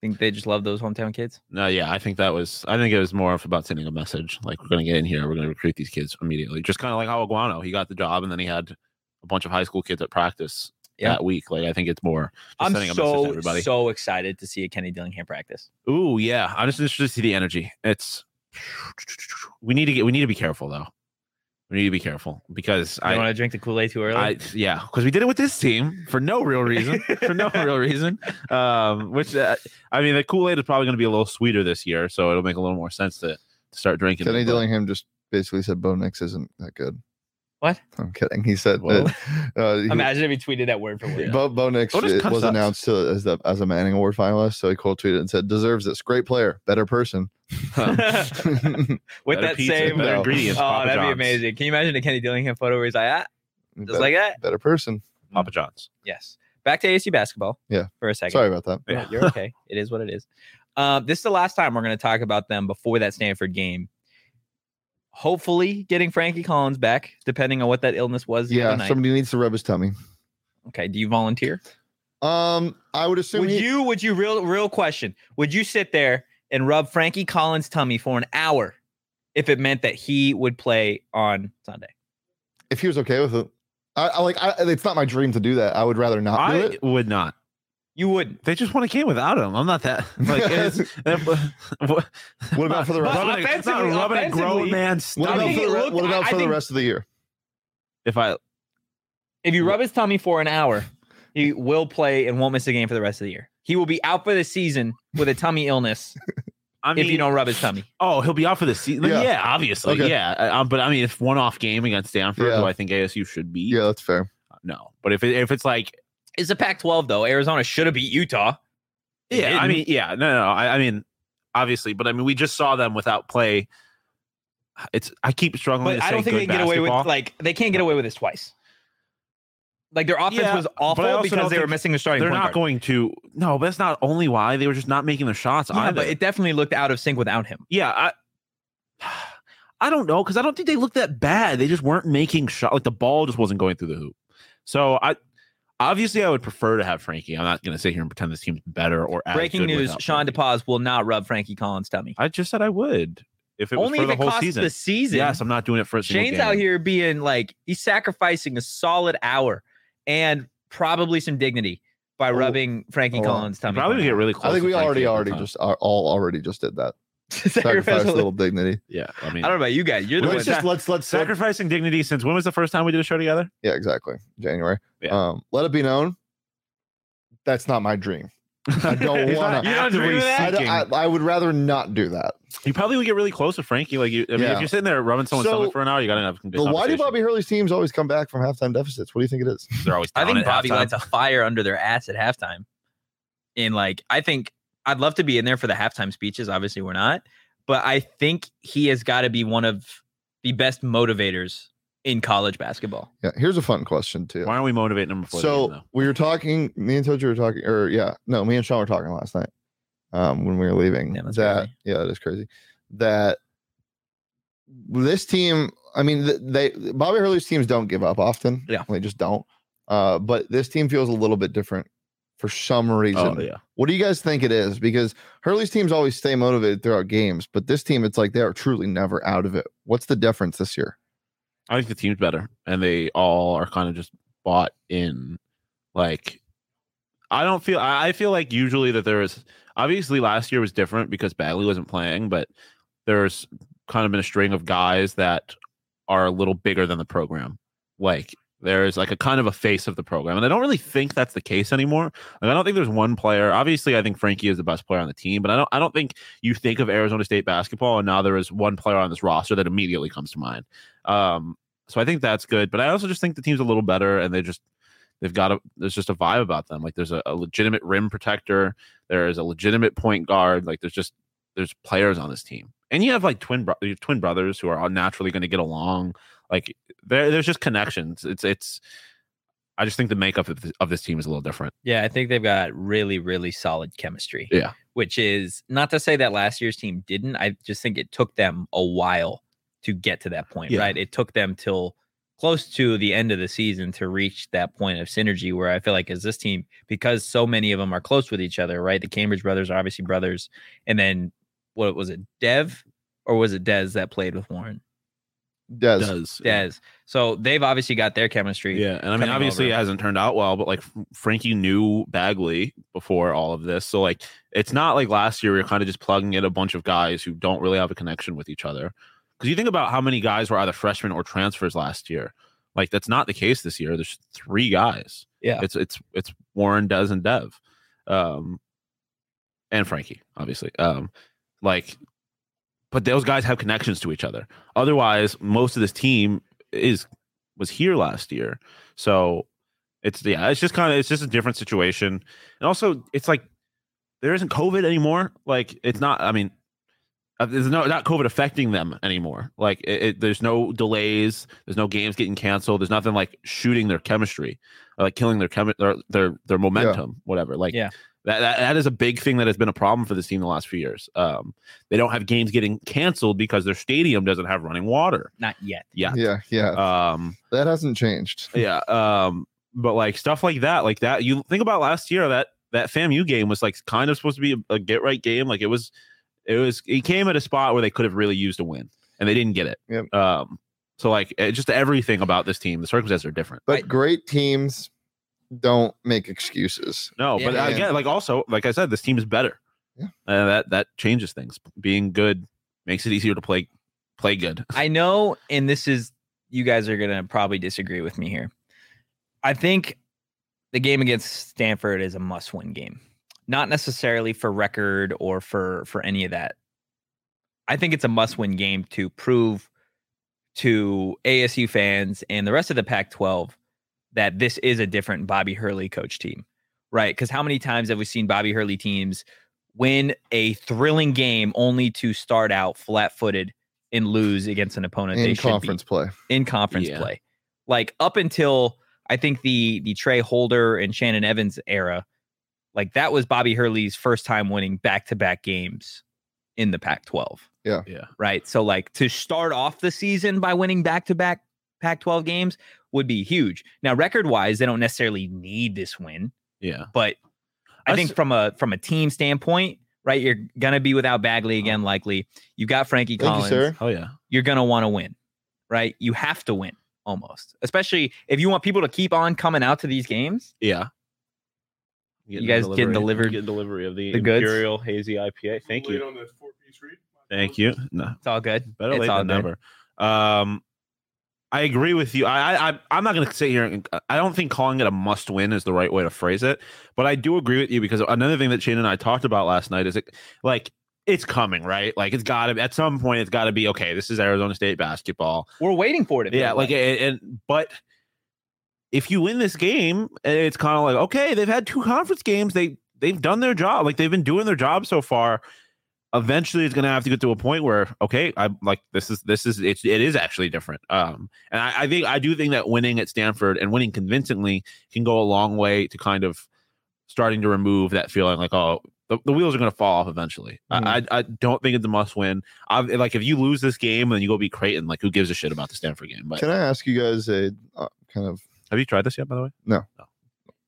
[SPEAKER 1] Think they just love those hometown kids.
[SPEAKER 3] No, yeah, I think that was. I think it was more of about sending a message, like we're going to get in here, we're going to recruit these kids immediately, just kind of like how Iguano he got the job, and then he had a bunch of high school kids at practice
[SPEAKER 1] Yeah.
[SPEAKER 3] that week. Like I think it's more. Just
[SPEAKER 1] I'm
[SPEAKER 3] sending a message to
[SPEAKER 1] so
[SPEAKER 3] everybody.
[SPEAKER 1] so excited to see a Kenny Dillingham practice.
[SPEAKER 3] Ooh, yeah, I'm just interested to see the energy. It's we need to get we need to be careful though. We need to be careful because
[SPEAKER 1] I
[SPEAKER 3] I
[SPEAKER 1] don't want to drink the Kool Aid too early.
[SPEAKER 3] I yeah, because we did it with this team for no real reason. for no real reason. Um, which uh, I mean, the Kool Aid is probably going to be a little sweeter this year, so it'll make a little more sense to, to start drinking.
[SPEAKER 2] Kenny
[SPEAKER 3] it, but-
[SPEAKER 2] Dillingham just basically said Bo Nix isn't that good.
[SPEAKER 1] What?
[SPEAKER 2] I'm kidding. He said
[SPEAKER 3] Whoa.
[SPEAKER 2] that, uh, he-
[SPEAKER 1] Imagine if he tweeted that word for word.
[SPEAKER 2] Bo, Bo Nix
[SPEAKER 3] Bo Nix
[SPEAKER 2] it
[SPEAKER 3] kinda
[SPEAKER 2] was
[SPEAKER 3] sucks.
[SPEAKER 2] announced to, as the as a Manning Award finalist, so he quote tweeted and said, "Deserves this. Great player, better person."
[SPEAKER 1] With
[SPEAKER 3] um, Better
[SPEAKER 1] that
[SPEAKER 3] pizza,
[SPEAKER 1] same,
[SPEAKER 3] better
[SPEAKER 2] No.
[SPEAKER 3] ingredients.
[SPEAKER 1] oh,
[SPEAKER 3] Papa
[SPEAKER 1] that'd be
[SPEAKER 3] John's.
[SPEAKER 1] amazing. Can you imagine a Kenny Dillingham photo where he's like, ah, just
[SPEAKER 2] better,
[SPEAKER 1] like that?
[SPEAKER 2] better person.
[SPEAKER 3] Papa John's.
[SPEAKER 1] Yes. Back to ASU basketball.
[SPEAKER 2] Yeah.
[SPEAKER 1] For a second.
[SPEAKER 2] Sorry about that.
[SPEAKER 1] No, you're okay. it is what it is. Uh, this is the last time we're going to talk about them before that Stanford game. Hopefully, getting Frankie Collins back, depending on what that illness was. The other
[SPEAKER 2] Yeah,
[SPEAKER 1] night.
[SPEAKER 2] somebody needs to rub his tummy.
[SPEAKER 1] okay. Do you volunteer?
[SPEAKER 2] Um, I would assume
[SPEAKER 1] would
[SPEAKER 2] he-
[SPEAKER 1] you? Would you? Real, real question. Would you sit there and rub Frankie Collins' tummy for an hour if it meant that he would play on Sunday?
[SPEAKER 2] if he was okay with it. I, I like. I, it's not my dream to do that. I would rather not do
[SPEAKER 3] I
[SPEAKER 2] Uh, it.
[SPEAKER 3] would not.
[SPEAKER 1] You wouldn't.
[SPEAKER 3] They just won a game without him. I'm not that. Like, it's, what
[SPEAKER 2] What about for the
[SPEAKER 3] Not
[SPEAKER 2] rest?
[SPEAKER 3] rubbing a- it's not
[SPEAKER 1] Offensively-
[SPEAKER 3] rubbing a grown
[SPEAKER 1] offensively-
[SPEAKER 3] man's
[SPEAKER 2] What about
[SPEAKER 3] stomach.
[SPEAKER 2] for the, re-
[SPEAKER 1] Look,
[SPEAKER 2] what about
[SPEAKER 1] I- I
[SPEAKER 2] for the
[SPEAKER 1] think-
[SPEAKER 2] rest of the year?
[SPEAKER 3] If I
[SPEAKER 1] If you rub his tummy for an hour, he will play and won't miss a game for the rest of the year. He will be out for the season with a tummy illness
[SPEAKER 3] I mean,
[SPEAKER 1] if you don't rub his tummy.
[SPEAKER 3] Oh, he'll be out for the season.
[SPEAKER 2] Yeah.
[SPEAKER 3] Yeah. obviously.
[SPEAKER 2] Okay.
[SPEAKER 3] Yeah, Uh, um, but I mean, if one off game against Stanford,
[SPEAKER 2] Yeah.
[SPEAKER 3] who I think ASU should be,
[SPEAKER 2] Yeah, that's fair.
[SPEAKER 3] no. But if it, if it's like,
[SPEAKER 1] It's a Pac-12 though. Arizona should have beat Utah. They
[SPEAKER 3] yeah, I
[SPEAKER 1] didn't.
[SPEAKER 3] mean, yeah, no, no, I, I mean, obviously, but I mean, we just saw them without play. It's I keep struggling.
[SPEAKER 1] but
[SPEAKER 3] to
[SPEAKER 1] I don't
[SPEAKER 3] say
[SPEAKER 1] think they
[SPEAKER 3] good
[SPEAKER 1] can get away with
[SPEAKER 3] basketball.
[SPEAKER 1] like they can't get away with this twice. Like their offense
[SPEAKER 3] Yeah,
[SPEAKER 1] was
[SPEAKER 3] but I
[SPEAKER 1] awful
[SPEAKER 3] also
[SPEAKER 1] because
[SPEAKER 3] don't
[SPEAKER 1] they were
[SPEAKER 3] think-
[SPEAKER 1] missing a starting
[SPEAKER 3] They're
[SPEAKER 1] point
[SPEAKER 3] not
[SPEAKER 1] guard.
[SPEAKER 3] going to. No, but that's not only why they were just not making their shots
[SPEAKER 1] yeah,
[SPEAKER 3] either.
[SPEAKER 1] but it definitely looked out of sync without him.
[SPEAKER 3] yeah, I. I don't know because I don't think they looked that bad. They just weren't making shot like the ball just wasn't going through the hoop. So I obviously I would prefer to have Frankie. I'm not going to sit here and pretend this team's better or as
[SPEAKER 1] Breaking
[SPEAKER 3] good
[SPEAKER 1] news:
[SPEAKER 3] without
[SPEAKER 1] Sean
[SPEAKER 3] Frankie.
[SPEAKER 1] DePaz will not rub Frankie Collins' tummy.
[SPEAKER 3] I just said I would if it was
[SPEAKER 1] Only
[SPEAKER 3] for
[SPEAKER 1] if
[SPEAKER 3] the
[SPEAKER 1] it
[SPEAKER 3] whole
[SPEAKER 1] costs
[SPEAKER 3] season.
[SPEAKER 1] the season.
[SPEAKER 3] Yes, I'm not doing it for a single
[SPEAKER 1] Shane's
[SPEAKER 3] game.
[SPEAKER 1] out here being like he's sacrificing a solid hour and probably some dignity by
[SPEAKER 2] Oh,
[SPEAKER 1] rubbing Frankie
[SPEAKER 2] hold on.
[SPEAKER 1] Collins'
[SPEAKER 3] I'm
[SPEAKER 1] tummy.
[SPEAKER 3] probably gonna get really close.
[SPEAKER 2] I think
[SPEAKER 3] to
[SPEAKER 2] we
[SPEAKER 3] Frankie
[SPEAKER 2] already
[SPEAKER 3] at the
[SPEAKER 2] already
[SPEAKER 3] time.
[SPEAKER 2] just are all already just did that. Sacrifice a
[SPEAKER 1] sacrificed.
[SPEAKER 2] little dignity.
[SPEAKER 3] yeah. I mean,
[SPEAKER 1] I don't know about you guys. You're the
[SPEAKER 2] Let's
[SPEAKER 1] one.
[SPEAKER 2] just let's let's
[SPEAKER 3] sacrificing dignity since when was the first time we did a show together?
[SPEAKER 2] yeah exactly January.
[SPEAKER 3] Yeah.
[SPEAKER 2] Um, let it be known. That's not my dream. I don't
[SPEAKER 3] He's not
[SPEAKER 2] wanna-
[SPEAKER 1] You don't
[SPEAKER 3] actively
[SPEAKER 1] dream of that?
[SPEAKER 2] I,
[SPEAKER 3] seeking.
[SPEAKER 2] I, I would rather not do that.
[SPEAKER 3] you probably would get really close with Frankie. Like you, I mean,
[SPEAKER 2] Yeah.
[SPEAKER 3] if you're sitting there rubbing someone's
[SPEAKER 2] So,
[SPEAKER 3] stomach for an hour, you gotta have some good
[SPEAKER 2] But why do
[SPEAKER 3] conversation.
[SPEAKER 2] Bobby Hurley's teams always come back from halftime deficits? What do you think it is?
[SPEAKER 3] They're always.
[SPEAKER 1] I
[SPEAKER 3] down
[SPEAKER 1] think
[SPEAKER 3] at
[SPEAKER 1] Bobby
[SPEAKER 3] halftime.
[SPEAKER 1] lights a fire under their ass at halftime. And like, I think I'd love to be in there for the halftime speeches. Obviously, we're not, but I think he has got to be one of the best motivators in college basketball.
[SPEAKER 2] Yeah, here's a fun question too.
[SPEAKER 3] Why aren't we motivating him before? the game,
[SPEAKER 2] so
[SPEAKER 3] though?
[SPEAKER 2] we were talking. Me and Toji were talking, or yeah, no, me and Sean were talking last night um, when we were leaving.
[SPEAKER 1] Yeah, that's
[SPEAKER 2] that
[SPEAKER 1] crazy.
[SPEAKER 2] yeah, that is crazy. That this team, I mean, th- they Bobby Hurley's teams don't give up often.
[SPEAKER 1] Yeah.
[SPEAKER 2] they just don't. Uh, but this team feels a little bit different for some reason.
[SPEAKER 3] oh yeah,
[SPEAKER 2] What do you guys think it is? Because Hurley's teams always stay motivated throughout games, but this team, it's like they are truly never out of it. What's the difference this year?
[SPEAKER 3] I think the team's better, and they all are kind of just bought in. Like, I don't feel. I I feel like usually that there is. Obviously, last year was different because Bagley wasn't playing, but there's kind of been a string of guys that are a little bigger than the program. Like There is like a kind of a face of the program. And I don't really think that's the case anymore. Like, I don't think there's one player. Obviously, I think Frankie is the best player on the team, but I don't I don't think you think of Arizona State basketball and now there is one player on this roster that immediately comes to mind. Um, so I think that's good. But I also just think the team's a little better and they just they've got a there's just a vibe about them. Like there's a, a legitimate rim protector, there is a legitimate point guard, like there's just there's players on this team. And you have like twin bro- your twin brothers who are all naturally going to get along. Like there, there's just connections. It's it's. I just think the makeup of this, of this team is a little different.
[SPEAKER 1] Yeah, I think they've got really, really solid chemistry.
[SPEAKER 3] Yeah.
[SPEAKER 1] Which is not to say that last year's team didn't. I just think it took them a while to get to that point,
[SPEAKER 3] Yeah.
[SPEAKER 1] right? It took them till close to the end of the season to reach that point of synergy where I feel like as this team, because so many of them are close with each other, right? The Cambridge brothers are obviously brothers. And then what was it, Dev or was it Dez that played with Warren?
[SPEAKER 2] Des,
[SPEAKER 3] Does
[SPEAKER 1] Dez. So they've obviously got their chemistry.
[SPEAKER 3] Yeah, and I mean,
[SPEAKER 1] coming
[SPEAKER 3] obviously,
[SPEAKER 1] over.
[SPEAKER 3] it hasn't turned out well, but like F- Frankie knew Bagley before all of this, so like it's not like last year we were kind of just plugging in a bunch of guys who don't really have a connection with each other. Because you think about how many guys were either freshmen or transfers last year, like that's not the case this year. There's three guys.
[SPEAKER 1] Yeah.
[SPEAKER 3] it's it's it's Warren, Dez, and Dev, um, and Frankie, obviously. Um, like, but those guys have connections to each other. Otherwise, most of this team is was here last year. So it's yeah, it's just kind of it's just a different situation. And also it's like there isn't COVID anymore. Like it's not. I mean, uh, there's no not COVID affecting them anymore. Like it, it, there's no delays. There's no games getting canceled. There's nothing like shooting their chemistry, or, like killing their chemi- their, their their momentum, whatever. Like
[SPEAKER 1] Yeah.
[SPEAKER 3] That, that, that is a big thing that has been a problem for this team the last few years. Um, they don't have games getting canceled because their stadium doesn't have running water.
[SPEAKER 1] Not yet.
[SPEAKER 3] Yeah.
[SPEAKER 2] Yeah, yeah,
[SPEAKER 3] Um,
[SPEAKER 2] that hasn't changed.
[SPEAKER 3] yeah. Um, but like stuff like that, like that. You think about last year that that FAMU game was like kind of supposed to be a, a get right game. Like it was, it was. It came at a spot where they could have really used a win, and they didn't get it.
[SPEAKER 2] Yep.
[SPEAKER 3] Um. So like it, just everything about this team, the circumstances are different.
[SPEAKER 2] But
[SPEAKER 1] I-
[SPEAKER 2] great teams don't make excuses.
[SPEAKER 3] No, but
[SPEAKER 1] Yeah.
[SPEAKER 3] I get like also like I said, this team is better.
[SPEAKER 2] Yeah.
[SPEAKER 3] Uh, that that changes things. Being good makes it easier to play play good.
[SPEAKER 1] I know, and this is you guys are gonna probably disagree with me here. I think the game against Stanford is a must-win game, not necessarily for record or for for any of that. I think it's a must-win game to prove to ASU fans and the rest of the Pac-12 that this is a different Bobby Hurley coach team, right? Because how many times have we seen Bobby Hurley teams win a thrilling game only to start out flat-footed and lose against an opponent they
[SPEAKER 2] in
[SPEAKER 1] should beat?
[SPEAKER 2] conference play.
[SPEAKER 1] in conference
[SPEAKER 3] Yeah.
[SPEAKER 1] play. Like up until I think the the Trey Holder and Shannon Evans era, like that was Bobby Hurley's first time winning back to back games in the Pac-12.
[SPEAKER 2] Yeah.
[SPEAKER 3] Yeah.
[SPEAKER 1] Right. So like to start off the season by winning back to back Pac-12 games would be huge. Now record wise, they don't necessarily need this win,
[SPEAKER 3] Yeah.
[SPEAKER 1] but I
[SPEAKER 3] I
[SPEAKER 1] think
[SPEAKER 3] s-
[SPEAKER 1] from a from a team standpoint, right, you're gonna be without Bagley
[SPEAKER 3] Uh-huh.
[SPEAKER 1] again, likely. You've got Frankie
[SPEAKER 2] Thank
[SPEAKER 1] Collins
[SPEAKER 2] you, sir.
[SPEAKER 3] Oh yeah.
[SPEAKER 1] you're going to want to win, right? You have to win almost, especially if you want people to keep on coming out to these games.
[SPEAKER 3] Yeah.
[SPEAKER 1] You guys getting delivered-
[SPEAKER 3] get delivery of the,
[SPEAKER 1] the goods?
[SPEAKER 3] Imperial Hazy IPA. Thank
[SPEAKER 4] Late
[SPEAKER 3] you.
[SPEAKER 4] on the four-piece read.
[SPEAKER 3] Thank you. No,
[SPEAKER 1] It's all good.
[SPEAKER 3] better
[SPEAKER 1] it's
[SPEAKER 3] late
[SPEAKER 1] all
[SPEAKER 3] than
[SPEAKER 1] good.
[SPEAKER 3] never. Um, I agree with you. I, I, I- I'm not going to sit here and uh, I don't think calling it a must win is the right way to phrase it, but I do agree with you because another thing that Shane and I talked about last night is it, like, it's coming, right? Like, it's got to at some point, it's got to be okay. This is Arizona State basketball.
[SPEAKER 1] We're waiting for it. to
[SPEAKER 3] Yeah,
[SPEAKER 1] feel
[SPEAKER 3] like and, and but if you win this game, eh, it's kind of like okay, they've had two conference games. They they've done their job. Like they've been doing their job so far. Eventually, it's gonna have to get to a point where okay, I'm like this is this is it's it is actually different. Um, and I, I think I do think that winning at Stanford and winning convincingly can go a long way to kind of starting to remove that feeling like oh. The, the wheels are going to fall off eventually. I,
[SPEAKER 2] Mm-hmm.
[SPEAKER 3] I I don't think it's a must win. I like if you lose this game and you go beat Creighton, like who gives a shit about the Stanford game? But
[SPEAKER 2] Can I ask you guys a uh, kind of
[SPEAKER 3] have you tried this yet, by the way?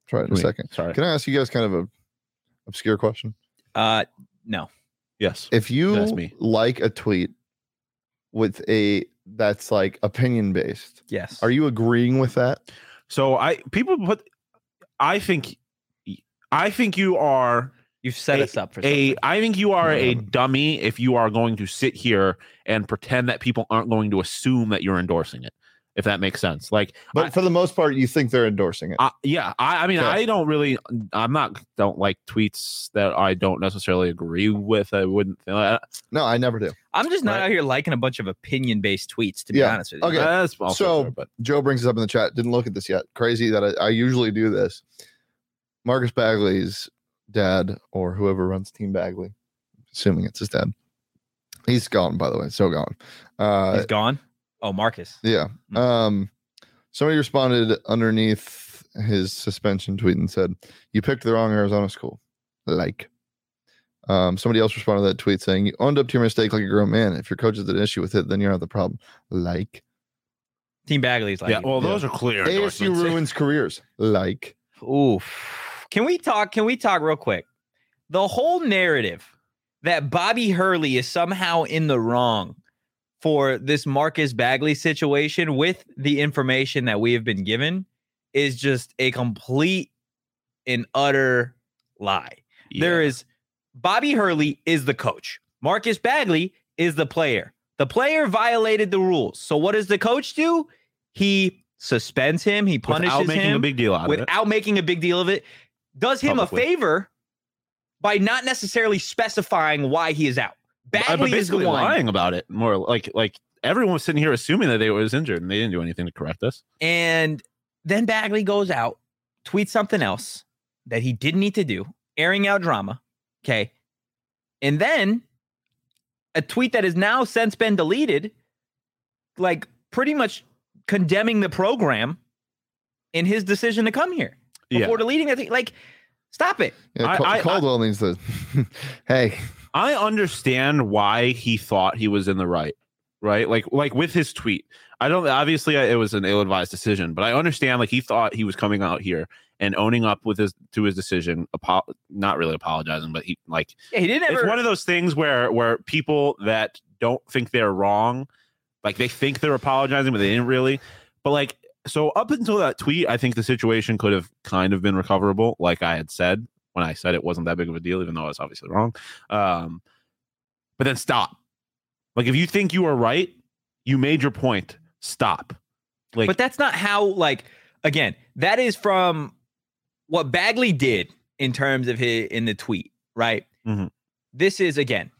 [SPEAKER 2] try it in a
[SPEAKER 3] Wait,
[SPEAKER 2] second?
[SPEAKER 3] Sorry.
[SPEAKER 2] Can I ask you guys kind of a obscure question?
[SPEAKER 1] Uh, no.
[SPEAKER 3] yes.
[SPEAKER 2] If you
[SPEAKER 3] That's me.
[SPEAKER 2] like a tweet with a that's like opinion based,
[SPEAKER 1] Yes.
[SPEAKER 2] are you agreeing with that?
[SPEAKER 3] So I people put I think I think you are
[SPEAKER 1] You've set
[SPEAKER 3] a-
[SPEAKER 1] us up for
[SPEAKER 3] a
[SPEAKER 1] something.
[SPEAKER 3] I think you are a
[SPEAKER 2] Um,
[SPEAKER 3] dummy if you are going to sit here and pretend that people aren't going to assume that you're endorsing it. if that makes sense. Like,
[SPEAKER 2] But for the most part, you think they're endorsing it.
[SPEAKER 3] I, yeah, I, I mean,
[SPEAKER 2] Yeah.
[SPEAKER 3] I don't really, I'm not, don't like tweets that I don't necessarily agree with. I wouldn't, feel that.
[SPEAKER 2] no, I never do.
[SPEAKER 1] I'm just not
[SPEAKER 3] Right.
[SPEAKER 1] out here liking a bunch of opinion based tweets, to be
[SPEAKER 2] Yeah.
[SPEAKER 1] honest with you.
[SPEAKER 2] Okay.
[SPEAKER 3] that's also
[SPEAKER 2] So-
[SPEAKER 3] fair, but
[SPEAKER 2] Joe brings this up in the chat. Didn't look at this yet. Crazy that I, I usually do this. Marcus Bagley's dad, or whoever runs Team Bagley, assuming it's his dad. He's gone, by the way. So gone. Uh,
[SPEAKER 1] He's gone. Oh, Marcus.
[SPEAKER 2] Yeah.
[SPEAKER 1] Mm.
[SPEAKER 2] Um, somebody responded underneath his suspension tweet and said, "You picked the wrong Arizona school." Like, um, somebody else responded to that tweet saying, "You owned up to your mistake like a grown man. If your coach has an issue with it, then you're not the problem." Like,
[SPEAKER 1] Team Bagley's like,
[SPEAKER 3] yeah, well, those are clear.
[SPEAKER 2] ASU
[SPEAKER 3] endorsements.
[SPEAKER 2] ruins careers. Like,
[SPEAKER 1] Oof. Can we talk? Can we talk real quick? The whole narrative that Bobby Hurley is somehow in the wrong for this Marcus Bagley situation with the information that we have been given is just a complete and utter lie. There
[SPEAKER 3] Yeah.
[SPEAKER 1] is Bobby Hurley is the coach. Marcus Bagley is the player. The player violated the rules. So what does the coach do? He suspends him. He punishes
[SPEAKER 3] without making
[SPEAKER 1] him
[SPEAKER 3] a big deal out of it.
[SPEAKER 1] without making a big deal of it, does him
[SPEAKER 3] Publicly.
[SPEAKER 1] a favor by not necessarily specifying why he is out.
[SPEAKER 3] Uh, but
[SPEAKER 1] Bagley is the
[SPEAKER 3] basically
[SPEAKER 1] one,
[SPEAKER 3] lying about it more like like everyone was sitting here assuming that they was injured and they didn't do anything to correct us.
[SPEAKER 1] and then Bagley goes out, tweets something else that he didn't need to do, airing out drama. Okay, and then a tweet that has now since been deleted, like pretty much condemning the program in his decision to come here
[SPEAKER 3] Yeah.
[SPEAKER 1] before deleting that. thing. Like, stop it.
[SPEAKER 2] yeah,
[SPEAKER 3] I-
[SPEAKER 2] Cal-
[SPEAKER 3] I- I-
[SPEAKER 2] Caldwell needs to. hey,
[SPEAKER 3] I understand why he thought he was in the right, right? Like like with his tweet. I don't obviously it was an ill-advised decision, but I understand like he thought he was coming out here and owning up with his to his decision, apo- not really apologizing, but he like
[SPEAKER 1] Yeah, he didn't ever.
[SPEAKER 3] it's one of those things where where people that don't think they're wrong like they think they're apologizing but they didn't really but like so up until that tweet i think the situation could have kind of been recoverable like i had said when i said it wasn't that big of a deal even though i was obviously wrong um but then stop like if you think you are right you made your point stop like
[SPEAKER 1] but that's not how like again that is from what bagley did in terms of his in the tweet right
[SPEAKER 3] Mhm.
[SPEAKER 1] this is again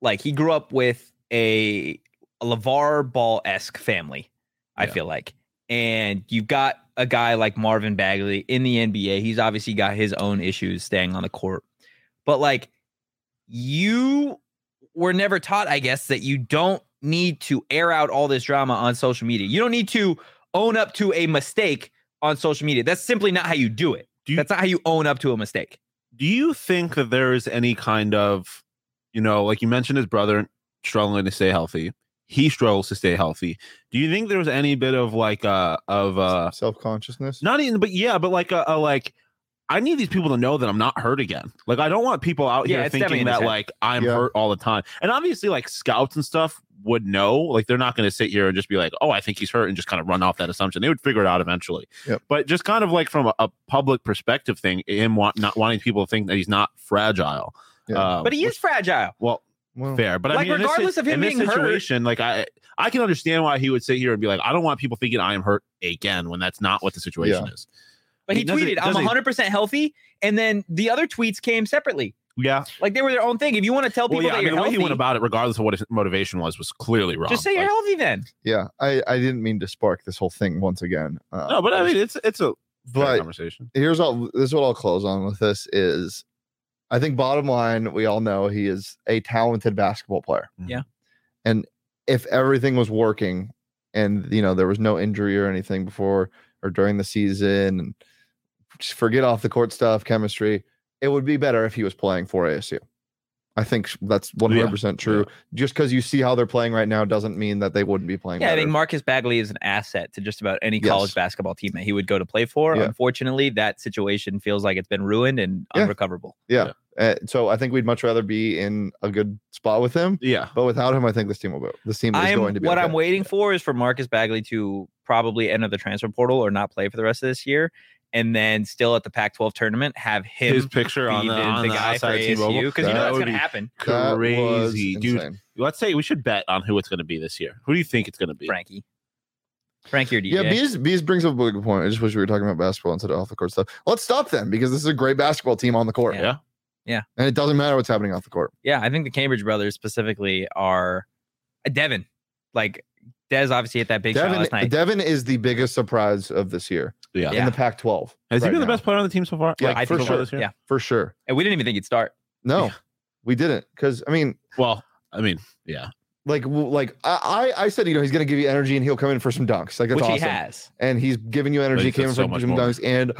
[SPEAKER 1] like he grew up with a, a levar ball-esque family i
[SPEAKER 3] Yeah.
[SPEAKER 1] feel like and you've got a guy like marvin bagley in the nba he's obviously got his own issues staying on the court but like you were never taught i guess that you don't need to air out all this drama on social media you don't need to own up to a mistake on social media. That's simply not how you do it.
[SPEAKER 3] Do you-
[SPEAKER 1] That's not how you own up to a mistake.
[SPEAKER 3] do you think that there is any kind of you know like you mentioned his brother struggling to stay healthy he struggles to stay healthy do you think there was any bit of like uh of uh
[SPEAKER 2] self consciousness.
[SPEAKER 3] not even but yeah but like a, a like i need these people to know that i'm not hurt again like i don't want people out
[SPEAKER 1] Yeah,
[SPEAKER 3] here
[SPEAKER 1] it's definitely
[SPEAKER 3] thinking
[SPEAKER 1] in his
[SPEAKER 3] that
[SPEAKER 1] head.
[SPEAKER 3] like i'm
[SPEAKER 2] Yeah.
[SPEAKER 3] hurt all the time and obviously like scouts and stuff would know like they're not going to sit here and just be like oh i think he's hurt and just kind of run off that assumption they would figure it out eventually
[SPEAKER 2] Yep.
[SPEAKER 3] but just kind of like from a, a public perspective thing him want, not wanting people to think that he's not fragile
[SPEAKER 2] Yeah. Mm.
[SPEAKER 3] Um,
[SPEAKER 1] But he
[SPEAKER 3] which-
[SPEAKER 1] is fragile.
[SPEAKER 3] well
[SPEAKER 2] Well,
[SPEAKER 3] fair but
[SPEAKER 1] Like,
[SPEAKER 3] i mean in this
[SPEAKER 1] regardless
[SPEAKER 3] si-
[SPEAKER 1] of him
[SPEAKER 3] in this
[SPEAKER 1] being hurt-
[SPEAKER 3] situation like i i can understand why he would sit here and be like i don't want people thinking i am hurt again when that's not what the situation is
[SPEAKER 1] But he
[SPEAKER 3] It doesn't-
[SPEAKER 1] tweeted, I'm
[SPEAKER 3] doesn't-
[SPEAKER 1] 100% healthy. And then the other tweets came separately.
[SPEAKER 3] yeah
[SPEAKER 1] Like they were their own thing. If you want to tell people
[SPEAKER 3] well, yeah,
[SPEAKER 1] that
[SPEAKER 3] I mean,
[SPEAKER 1] you're
[SPEAKER 3] the way he
[SPEAKER 1] healthy,
[SPEAKER 3] went about it, regardless of what his motivation was, was clearly wrong.
[SPEAKER 1] just say you're
[SPEAKER 3] Like,
[SPEAKER 1] healthy then.
[SPEAKER 2] Yeah, I, I didn't mean to spark this whole thing once again. Uh,
[SPEAKER 3] no, but I mean, it's it's a fair
[SPEAKER 2] But-
[SPEAKER 3] conversation.
[SPEAKER 2] here's all this is what I'll close on with this is I think bottom line, we all know he is a talented basketball player.
[SPEAKER 1] Yeah.
[SPEAKER 2] And if everything was working and you know there was no injury or anything before or during the season and just forget off the court stuff, chemistry, it would be better if he was playing for ASU. I think that's 100% true. Just because you see how they're playing right now doesn't mean that they wouldn't be playing.
[SPEAKER 1] Yeah, I
[SPEAKER 2] better.
[SPEAKER 1] think Marcus Bagley is an asset to just about any
[SPEAKER 2] Yes.
[SPEAKER 1] college basketball team that he would go to play for.
[SPEAKER 2] Yeah.
[SPEAKER 1] Unfortunately, that situation feels like it's been ruined and
[SPEAKER 2] Yeah.
[SPEAKER 1] unrecoverable.
[SPEAKER 2] Uh, so I think we'd much rather be in a good spot with him.
[SPEAKER 3] Yeah,
[SPEAKER 2] But without him, I think this team will go. This team is
[SPEAKER 1] I'm,
[SPEAKER 2] going to be
[SPEAKER 1] what
[SPEAKER 2] okay.
[SPEAKER 1] I'm waiting for is for Marcus Bagley to probably enter the transfer portal or not play for the rest of this year, and then still at the Pac-12 tournament have him
[SPEAKER 3] his picture on
[SPEAKER 1] be
[SPEAKER 3] the, on the,
[SPEAKER 1] guy for
[SPEAKER 3] outside team
[SPEAKER 1] ASU
[SPEAKER 3] logo.
[SPEAKER 1] because you know
[SPEAKER 2] That
[SPEAKER 1] that's
[SPEAKER 3] would
[SPEAKER 1] going to
[SPEAKER 3] be
[SPEAKER 1] happen.
[SPEAKER 2] That was
[SPEAKER 3] Crazy, dude.
[SPEAKER 2] insane.
[SPEAKER 3] Let's say we should bet on who it's going to be this year. Who do you think it's going to be?
[SPEAKER 1] Frankie, Frank here, DJ.
[SPEAKER 2] Yeah, Bees, Bees brings up a good point. I just wish we were talking about basketball instead of off the court stuff. Let's stop them because this is a great basketball team on the court.
[SPEAKER 3] Yeah.
[SPEAKER 1] Yeah.
[SPEAKER 2] And it doesn't matter what's happening off the court.
[SPEAKER 1] yeah, I think the Cambridge brothers specifically are uh, Devin. Like Dez obviously hit that big shot last
[SPEAKER 2] Devin,
[SPEAKER 1] night.
[SPEAKER 2] Devin is the biggest surprise of this year
[SPEAKER 3] Yeah.
[SPEAKER 1] Yeah.
[SPEAKER 2] in the Pac 12.
[SPEAKER 3] Has he been the best player on the team so far?
[SPEAKER 2] Yeah,
[SPEAKER 3] Like,
[SPEAKER 2] I
[SPEAKER 3] so
[SPEAKER 2] think
[SPEAKER 3] far
[SPEAKER 2] so.
[SPEAKER 3] this year?
[SPEAKER 1] Yeah.
[SPEAKER 2] For sure.
[SPEAKER 1] and we didn't even think he'd start.
[SPEAKER 2] No,
[SPEAKER 3] Yeah.
[SPEAKER 2] we didn't. Because, I mean,
[SPEAKER 3] Well, I mean, yeah.
[SPEAKER 2] like, w- like I, I I said, you know, he's going to give you energy and he'll come in for some dunks. Like, that's
[SPEAKER 1] which
[SPEAKER 2] awesome.
[SPEAKER 1] he has.
[SPEAKER 2] and he's giving you energy,
[SPEAKER 3] he's done
[SPEAKER 2] came in
[SPEAKER 3] so
[SPEAKER 2] from
[SPEAKER 3] much
[SPEAKER 2] Jim
[SPEAKER 3] more.
[SPEAKER 2] Dunks and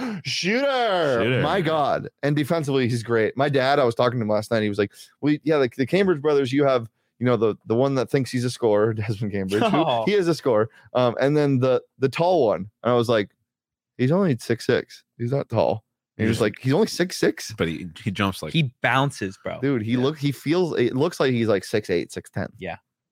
[SPEAKER 2] shooter.
[SPEAKER 3] Shooter.
[SPEAKER 2] My God. And defensively, he's great. My dad, I was talking to him last night. He was like, Well, yeah, like the Cambridge brothers, you have, you know, the the one that thinks he's a scorer, Desmond Cambridge. who-
[SPEAKER 1] Oh.
[SPEAKER 2] he is a scorer. Um, and then the the tall one. And I was like, he's only six six. He's not tall. And he was
[SPEAKER 3] Yeah.
[SPEAKER 2] like, he's only six six.
[SPEAKER 3] But he, he jumps like
[SPEAKER 1] He bounces, bro.
[SPEAKER 2] Dude, he
[SPEAKER 3] Yeah.
[SPEAKER 2] look he feels it looks like he's like six eight, six ten.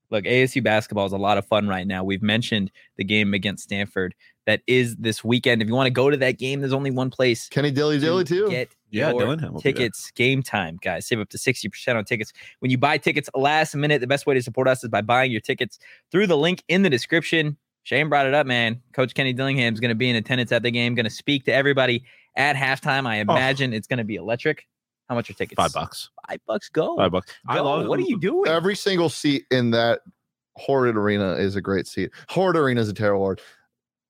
[SPEAKER 1] Look, ASU basketball is a lot of fun right now. We've mentioned the game against Stanford that is this weekend. If you want to go to that game, there's only one place.
[SPEAKER 2] Kenny Dilly Dilly
[SPEAKER 1] to
[SPEAKER 2] too.
[SPEAKER 1] Get
[SPEAKER 3] Yeah,
[SPEAKER 1] your
[SPEAKER 3] Dillingham will be there.
[SPEAKER 1] tickets game time, guys. Save up to 60% on tickets. When you buy tickets last minute, the best way to support us is by buying your tickets through the link in the description. Shane brought it up, man. Coach Kenny Dillingham's going to be in attendance at the game, going to speak to everybody at halftime. I imagine it's going to be electric. How much are tickets?
[SPEAKER 3] Oh. five bucks.
[SPEAKER 1] Five bucks. Go.
[SPEAKER 3] Five bucks. I
[SPEAKER 1] Go.
[SPEAKER 3] love
[SPEAKER 1] Oh, What are you doing?
[SPEAKER 2] every single seat in that horrid arena is a great seat. Horrid arena is a terrible word.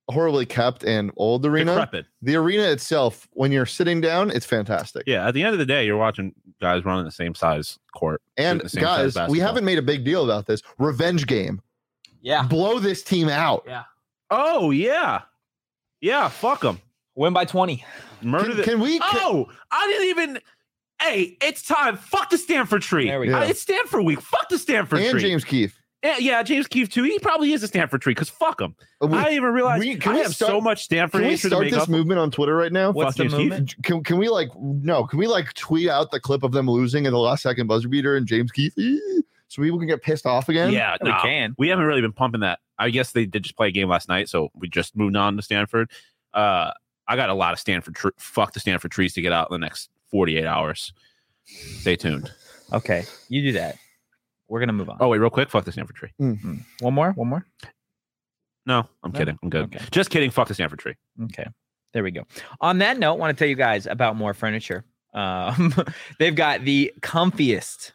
[SPEAKER 2] Horribly kept and old arena.
[SPEAKER 3] Decrepit.
[SPEAKER 2] The arena itself, when you're sitting down, it's fantastic.
[SPEAKER 3] Yeah, at the end of the day, you're watching guys running the same size court.
[SPEAKER 2] and
[SPEAKER 3] the same size
[SPEAKER 2] guys, we
[SPEAKER 3] basketball.
[SPEAKER 2] haven't made a big deal about this revenge game.
[SPEAKER 1] yeah.
[SPEAKER 2] Blow this team out.
[SPEAKER 3] Oh yeah, yeah. Fuck them.
[SPEAKER 1] Win by 20.
[SPEAKER 3] Murder
[SPEAKER 2] Can,
[SPEAKER 3] the.
[SPEAKER 2] can we? can-
[SPEAKER 3] oh, I didn't even. Hey, it's time. Fuck the Stanford tree.
[SPEAKER 1] There we
[SPEAKER 2] Yeah.
[SPEAKER 3] Uh, it's Stanford week. Fuck the Stanford
[SPEAKER 2] and
[SPEAKER 3] tree.
[SPEAKER 2] James Keefe.
[SPEAKER 3] Yeah, yeah, James Keefe too. He probably is a Stanford tree because fuck him.
[SPEAKER 2] uh, We-
[SPEAKER 3] I didn't even realize
[SPEAKER 2] we- can
[SPEAKER 3] I
[SPEAKER 2] we
[SPEAKER 3] have
[SPEAKER 2] start-
[SPEAKER 3] so much Stanford
[SPEAKER 2] can we
[SPEAKER 3] history to
[SPEAKER 2] start
[SPEAKER 3] make
[SPEAKER 2] this
[SPEAKER 3] up.
[SPEAKER 2] movement on Twitter right now?
[SPEAKER 1] What's
[SPEAKER 3] Fuck
[SPEAKER 1] the
[SPEAKER 3] you, Steve.
[SPEAKER 1] movement?
[SPEAKER 2] Can, can we like no? Can we like tweet out the clip of them losing at the last second buzzer beater and James Keefe, "Ee," so people can get pissed off again?
[SPEAKER 3] Yeah,
[SPEAKER 1] We
[SPEAKER 3] nah.
[SPEAKER 1] can.
[SPEAKER 3] we haven't really been pumping that. I guess they did just play a game last night, so we just moved on to Stanford. Uh, I got a lot of Stanford tr- fuck the Stanford trees to get out in the next 48 hours. Stay tuned.
[SPEAKER 1] Okay. You do that. We're going to move on.
[SPEAKER 3] Oh wait, real quick, fuck the Stanford tree.
[SPEAKER 1] One more. One more.
[SPEAKER 3] No, I'm
[SPEAKER 1] No?
[SPEAKER 3] kidding. I'm good.
[SPEAKER 1] Okay.
[SPEAKER 3] Just kidding. Fuck the Stanford tree.
[SPEAKER 1] Okay. There we go. On that note, want to tell you guys about more furniture. Um, they've got the comfiest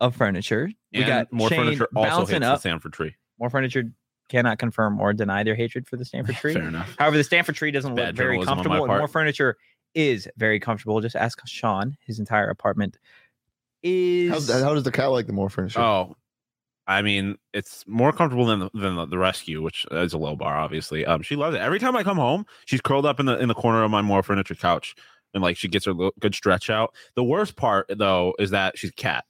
[SPEAKER 1] of furniture. we
[SPEAKER 3] And
[SPEAKER 1] got
[SPEAKER 3] more
[SPEAKER 1] Shane
[SPEAKER 3] furniture. Also
[SPEAKER 1] bouncing
[SPEAKER 3] hits the
[SPEAKER 1] up.
[SPEAKER 3] Stanford tree.
[SPEAKER 1] More furniture cannot confirm or deny their hatred for the Stanford tree.
[SPEAKER 3] Fair enough.
[SPEAKER 1] However, the Stanford tree doesn't look
[SPEAKER 3] Bad
[SPEAKER 1] very
[SPEAKER 3] journalism on my
[SPEAKER 1] comfortable, and
[SPEAKER 3] part.
[SPEAKER 1] more furniture is very comfortable. Just ask Sean. His entire apartment
[SPEAKER 2] How,
[SPEAKER 1] is
[SPEAKER 2] how does the cat like the more furniture?
[SPEAKER 3] Oh, I mean, it's more comfortable than the, than the, the rescue, which is a low bar, obviously. Um, she loves it. Every time I come home, she's curled up in the in the corner of my more furniture couch, and like she gets her little, good stretch out. The worst part though is that she's a cat,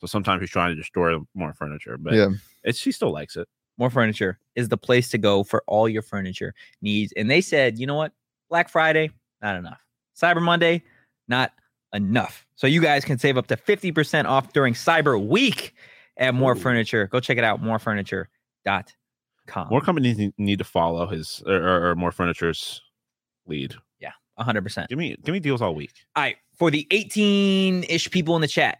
[SPEAKER 3] so sometimes she's trying to destroy more furniture, but
[SPEAKER 2] Yeah.
[SPEAKER 3] it's, she still likes it.
[SPEAKER 1] More Furniture is the place to go for all your furniture needs. And they said, you know what? Black Friday, not enough. Cyber Monday, not enough. So you guys can save up to 50% off during Cyber Week at More
[SPEAKER 3] Ooh.
[SPEAKER 1] Furniture. Go check it out, morefurniture.com.
[SPEAKER 3] More companies need- need to follow his or, or, or more furniture's lead.
[SPEAKER 1] 100%. All
[SPEAKER 3] Give me give me deals all week.
[SPEAKER 1] right. For the 18 ish people in the chat,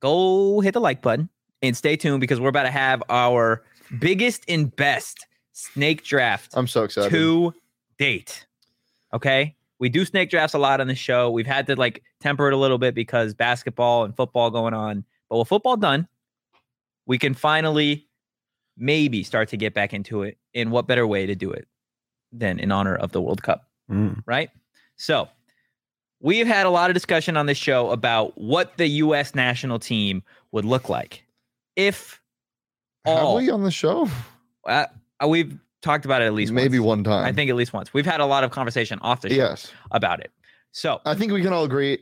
[SPEAKER 1] go hit the like button and stay tuned because we're about to have our biggest and best snake draft
[SPEAKER 2] I'm so excited.
[SPEAKER 1] to date. Okay. We do snake drafts a lot on the show. We've had to like temper it a little bit because basketball and football going on. But with football done, we can finally maybe start to get back into it. And what better way to do it than in honor of the World Cup?
[SPEAKER 3] Mm.
[SPEAKER 1] right? So we've had a lot of discussion on this show about what the U.S. national team would look like if
[SPEAKER 2] Have
[SPEAKER 1] all
[SPEAKER 2] we on the show?
[SPEAKER 1] uh, we've talked about it at least
[SPEAKER 2] Maybe
[SPEAKER 1] once.
[SPEAKER 2] one time.
[SPEAKER 1] I think at least once. We've had a lot of conversation off the show
[SPEAKER 2] Yes,
[SPEAKER 1] about it. So
[SPEAKER 2] I think we can all agree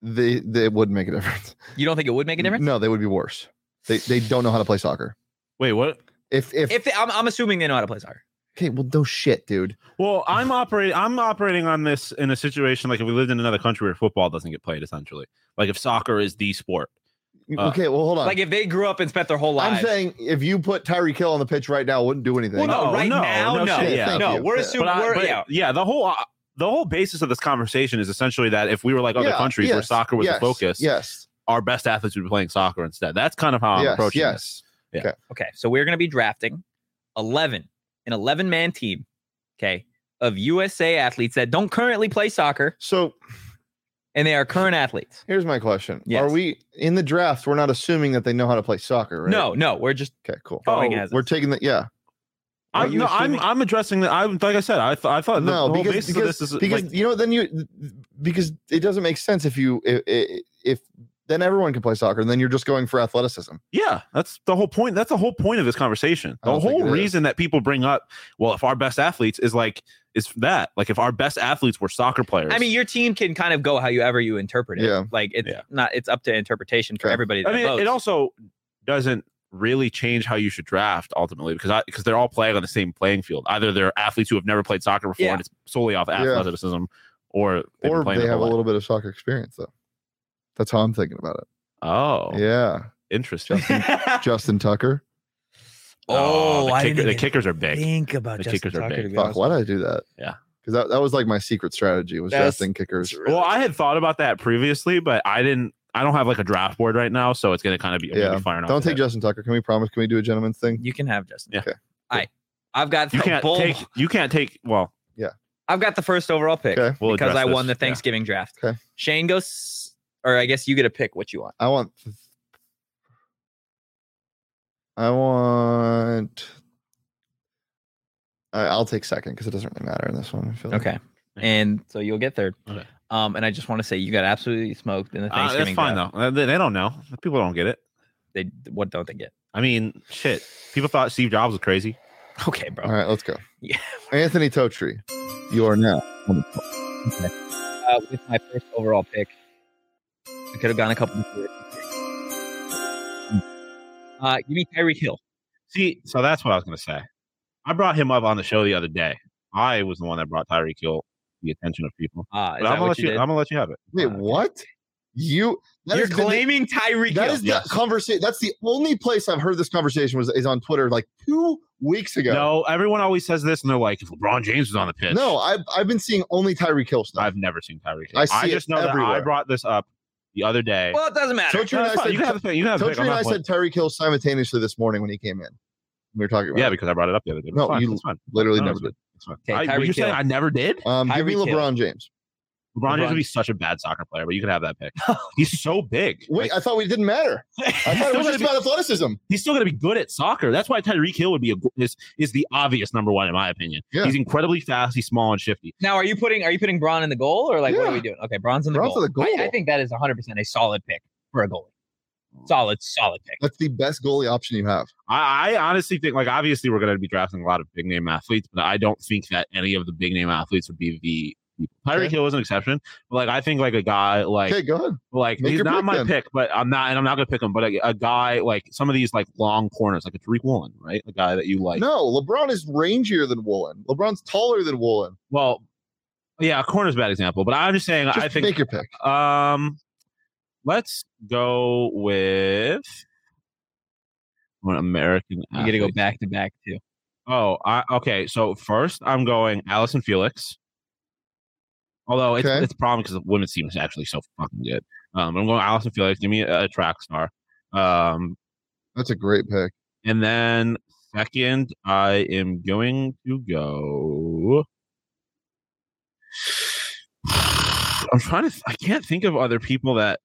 [SPEAKER 2] they they would make a difference.
[SPEAKER 1] you don't think it would make a difference?
[SPEAKER 2] No, they would be worse. They they don't know how to play soccer.
[SPEAKER 3] Wait, what?
[SPEAKER 2] If if,
[SPEAKER 1] If they, I'm, I'm assuming they know how to play soccer.
[SPEAKER 2] okay, well, no shit, dude.
[SPEAKER 3] Well, I'm operating. I'm operating on this in a situation like if we lived in another country where football doesn't get played, essentially. Like if soccer is the sport. Uh,
[SPEAKER 2] okay, well, hold on.
[SPEAKER 1] Like if they grew up and spent their whole
[SPEAKER 2] I'm
[SPEAKER 1] lives.
[SPEAKER 2] saying if you put Tyree Kill on the pitch right now, it wouldn't do anything.
[SPEAKER 1] well, no,
[SPEAKER 3] Oh,
[SPEAKER 1] right
[SPEAKER 3] no,
[SPEAKER 1] now, no,
[SPEAKER 3] no
[SPEAKER 1] no,
[SPEAKER 3] shit, yeah.
[SPEAKER 2] Thank you.
[SPEAKER 1] we're
[SPEAKER 2] But
[SPEAKER 1] assuming
[SPEAKER 3] I-
[SPEAKER 1] we're yeah.
[SPEAKER 3] yeah, the whole uh, the whole basis of this conversation is essentially that if we were like other
[SPEAKER 2] Yeah,
[SPEAKER 3] countries where
[SPEAKER 2] yes,
[SPEAKER 3] soccer was
[SPEAKER 2] yes,
[SPEAKER 3] the focus,
[SPEAKER 2] Yes.
[SPEAKER 3] our best athletes would be playing soccer um, instead. That's kind of how I'm
[SPEAKER 2] yes.
[SPEAKER 3] approaching
[SPEAKER 2] Yes.
[SPEAKER 3] Yeah.
[SPEAKER 1] Okay, so we're going to be drafting 11 an 11 man team, okay, of USA athletes that don't currently play soccer
[SPEAKER 2] So
[SPEAKER 1] and they are current athletes.
[SPEAKER 2] here's my question:
[SPEAKER 1] Yes.
[SPEAKER 2] Are we in the draft? We're not assuming that they know how to play soccer, right?
[SPEAKER 1] No, no, we're just
[SPEAKER 2] Okay, cool.
[SPEAKER 1] going
[SPEAKER 3] Oh,
[SPEAKER 1] as
[SPEAKER 2] We're taking the yeah. Are
[SPEAKER 3] I'm,
[SPEAKER 2] you
[SPEAKER 3] no, I'm
[SPEAKER 2] assuming-
[SPEAKER 3] I'm addressing that. I like I said, I thought I thought the,
[SPEAKER 2] no,
[SPEAKER 3] the whole
[SPEAKER 2] because
[SPEAKER 3] basis
[SPEAKER 2] because,
[SPEAKER 3] of this is
[SPEAKER 2] because
[SPEAKER 3] like,
[SPEAKER 2] you know then you because it doesn't make sense if you if, if, then everyone can play soccer and then you're just going for athleticism.
[SPEAKER 3] yeah, that's the whole point. That's the whole point of this conversation.
[SPEAKER 2] I
[SPEAKER 3] The
[SPEAKER 2] don't think
[SPEAKER 3] whole
[SPEAKER 2] it is.
[SPEAKER 3] reason that people bring up, well, if our best athletes is like is that like if our best athletes were soccer players.
[SPEAKER 1] I mean, your team can kind of go however you interpret it.
[SPEAKER 2] Yeah.
[SPEAKER 1] Like it's
[SPEAKER 3] Yeah.
[SPEAKER 1] not it's up to interpretation for
[SPEAKER 2] Okay.
[SPEAKER 1] everybody. That
[SPEAKER 3] I mean,
[SPEAKER 1] votes.
[SPEAKER 3] it also doesn't really change how you should draft ultimately because I because they're all playing on the same playing field. Either they're athletes who have never played soccer before
[SPEAKER 1] Yeah.
[SPEAKER 3] and it's solely off
[SPEAKER 2] Yeah.
[SPEAKER 3] athleticism, or they've been
[SPEAKER 2] or
[SPEAKER 3] playing
[SPEAKER 2] they
[SPEAKER 3] their
[SPEAKER 2] have a
[SPEAKER 3] whole
[SPEAKER 2] little bit of soccer experience though. That's how I'm thinking about it.
[SPEAKER 3] life. Oh,
[SPEAKER 2] Yeah,
[SPEAKER 3] interesting.
[SPEAKER 2] Justin Tucker.
[SPEAKER 1] Oh,
[SPEAKER 3] the,
[SPEAKER 1] I
[SPEAKER 3] kicker-
[SPEAKER 1] didn't
[SPEAKER 3] the
[SPEAKER 1] even
[SPEAKER 3] kickers are big.
[SPEAKER 1] think about
[SPEAKER 3] The
[SPEAKER 1] Justin
[SPEAKER 3] kickers are
[SPEAKER 1] Tucker,
[SPEAKER 3] big.
[SPEAKER 1] to be
[SPEAKER 2] Fuck,
[SPEAKER 1] honest.
[SPEAKER 2] why did I do that?
[SPEAKER 3] Yeah.
[SPEAKER 2] because that, that was like my secret strategy was
[SPEAKER 1] That's-
[SPEAKER 2] drafting kickers.
[SPEAKER 3] Well, I had thought about that previously, but I didn't. I don't have like a draft board right now, so it's going to kind of be, I'm gonna be
[SPEAKER 2] Yeah.
[SPEAKER 3] firing off
[SPEAKER 2] Don't
[SPEAKER 3] the
[SPEAKER 2] take
[SPEAKER 3] head.
[SPEAKER 2] Justin Tucker. Can we promise? Can we do a gentleman's thing?
[SPEAKER 1] You can have Justin.
[SPEAKER 3] Yeah.
[SPEAKER 1] Tucker.
[SPEAKER 2] Okay,
[SPEAKER 1] All right. I've got
[SPEAKER 3] You
[SPEAKER 1] the
[SPEAKER 3] can't
[SPEAKER 1] bull-
[SPEAKER 3] take. You can't take. Well,
[SPEAKER 1] I've got the first overall pick
[SPEAKER 2] Okay.
[SPEAKER 3] we'll
[SPEAKER 1] because
[SPEAKER 3] address
[SPEAKER 1] I won
[SPEAKER 3] this.
[SPEAKER 1] the Thanksgiving draft.
[SPEAKER 2] Okay.
[SPEAKER 1] Shane goes, or I guess you get to pick what you want.
[SPEAKER 2] I want. I want. I, I'll take second because it doesn't really matter in this one. I feel like.
[SPEAKER 1] Okay. And so you'll get third.
[SPEAKER 3] Okay.
[SPEAKER 1] Um, and I just want to say you got absolutely smoked in the
[SPEAKER 3] Yeah. Uh, that's
[SPEAKER 1] Thanksgiving.
[SPEAKER 3] fine
[SPEAKER 1] draft.
[SPEAKER 3] though. Uh, They, they don't know. People don't get it.
[SPEAKER 1] They what don't they get?
[SPEAKER 3] I mean, shit. People thought Steve Jobs was crazy.
[SPEAKER 1] Okay, bro.
[SPEAKER 2] All right, let's go.
[SPEAKER 1] Yeah.
[SPEAKER 2] Anthony Totri, you are now.
[SPEAKER 1] uh, with my first overall pick. I could have gone a couple. Before.
[SPEAKER 3] Hmm.
[SPEAKER 1] Uh, give me Tyreek Hill.
[SPEAKER 3] See, so that's what I was going to say. I brought him up on the show the other day. I was the one that brought Tyreek Hill to the attention of people.
[SPEAKER 1] Uh, is
[SPEAKER 3] But I'm
[SPEAKER 1] that
[SPEAKER 3] gonna
[SPEAKER 1] what
[SPEAKER 3] let
[SPEAKER 1] you
[SPEAKER 3] you.
[SPEAKER 1] did?
[SPEAKER 3] I'm gonna let you have it.
[SPEAKER 2] Wait,
[SPEAKER 3] Uh,
[SPEAKER 2] what? You? that
[SPEAKER 1] You're
[SPEAKER 2] has been the-
[SPEAKER 1] claiming Tyreek
[SPEAKER 2] that
[SPEAKER 1] Hill.
[SPEAKER 2] is
[SPEAKER 3] yes.
[SPEAKER 2] the conversation. That's the only place I've heard this conversation was is on Twitter like two weeks ago.
[SPEAKER 3] No, everyone always says this, and they're like, if LeBron James was on the pitch,
[SPEAKER 2] No, I've I've been seeing only Tyree Kill stuff.
[SPEAKER 3] I've never seen Tyreek. Hill.
[SPEAKER 2] I see
[SPEAKER 3] I
[SPEAKER 2] it
[SPEAKER 3] just know that I
[SPEAKER 2] everywhere.
[SPEAKER 3] brought this up the other day.
[SPEAKER 1] well, it doesn't matter.
[SPEAKER 2] Totri
[SPEAKER 3] No,
[SPEAKER 2] and I
[SPEAKER 3] it's fine.
[SPEAKER 2] said
[SPEAKER 3] you can have a pick. You can have a pick.
[SPEAKER 2] Totri
[SPEAKER 3] I'm
[SPEAKER 2] and
[SPEAKER 3] not
[SPEAKER 2] I
[SPEAKER 3] playing.
[SPEAKER 2] said Tyreek Hill simultaneously this morning when he came in. We were talking about
[SPEAKER 3] yeah,
[SPEAKER 2] it.
[SPEAKER 3] because I brought it up the other day. but
[SPEAKER 2] No,
[SPEAKER 3] it's fine.
[SPEAKER 2] you
[SPEAKER 3] It's fine.
[SPEAKER 2] literally
[SPEAKER 3] No,
[SPEAKER 2] never
[SPEAKER 3] it's
[SPEAKER 2] did.
[SPEAKER 3] It's fine.
[SPEAKER 1] Okay,
[SPEAKER 3] I, were you
[SPEAKER 1] Tyreek
[SPEAKER 3] saying
[SPEAKER 1] Hill.
[SPEAKER 3] I never did?
[SPEAKER 2] Um, give me
[SPEAKER 1] Tyreek Hill.
[SPEAKER 2] LeBron James.
[SPEAKER 3] LeBron James
[SPEAKER 1] LeBron.
[SPEAKER 3] would be such a bad soccer player, but you can have that pick. He's so big.
[SPEAKER 2] Wait,
[SPEAKER 3] Like,
[SPEAKER 2] I thought we didn't matter. I
[SPEAKER 3] he's
[SPEAKER 2] thought it
[SPEAKER 3] still
[SPEAKER 2] was
[SPEAKER 3] gonna
[SPEAKER 2] just
[SPEAKER 3] be-
[SPEAKER 2] about athleticism.
[SPEAKER 3] he's still going to be good at soccer. That's why Tyreek Hill would be a, is is the obvious number one in my opinion.
[SPEAKER 2] Yeah.
[SPEAKER 3] He's incredibly fast. He's small and shifty.
[SPEAKER 1] Now, are you putting are you putting Braun in the goal or like what
[SPEAKER 2] Yeah.
[SPEAKER 1] are we doing? Okay, Braun's in the
[SPEAKER 2] Braun's
[SPEAKER 1] goal.
[SPEAKER 2] in the
[SPEAKER 1] I- I,
[SPEAKER 2] goal.
[SPEAKER 1] think that is 100 percent a solid pick for a goalie. Solid, solid pick.
[SPEAKER 2] That's the best goalie option you have.
[SPEAKER 3] I, I honestly think, like, obviously we're going to be drafting a lot of big name athletes, but I don't think that any of the big name athletes would be the Tyreek
[SPEAKER 2] Okay.
[SPEAKER 3] Hill is an exception. But like, I think like a guy like
[SPEAKER 2] Okay, go ahead.
[SPEAKER 3] like
[SPEAKER 2] Make
[SPEAKER 3] he's
[SPEAKER 2] your
[SPEAKER 3] not
[SPEAKER 2] pick
[SPEAKER 3] my
[SPEAKER 2] then.
[SPEAKER 3] pick, but I'm not, and I'm not going to pick him. But a, a guy like some of these like long corners, like a Tariq Woolen, right? A guy that you like.
[SPEAKER 2] no, LeBron is rangier than Woolen. LeBron's taller than Woolen.
[SPEAKER 3] Well, yeah, a corner's a bad example, but I'm just saying.
[SPEAKER 2] Just
[SPEAKER 3] I think
[SPEAKER 2] make your pick.
[SPEAKER 3] Um, let's go with an American.
[SPEAKER 1] You got to go
[SPEAKER 3] athlete.
[SPEAKER 1] back to back too.
[SPEAKER 3] Oh, I, okay. So first, I'm going Allison Felix. Although it's
[SPEAKER 2] Okay.
[SPEAKER 3] it's a problem because the women's team is actually so fucking good. Um, I'm going Allison Felix. Give me a, a track star. Um,
[SPEAKER 2] That's a great pick.
[SPEAKER 3] and then second, I am going to go. I'm trying to. th- I can't think of other people that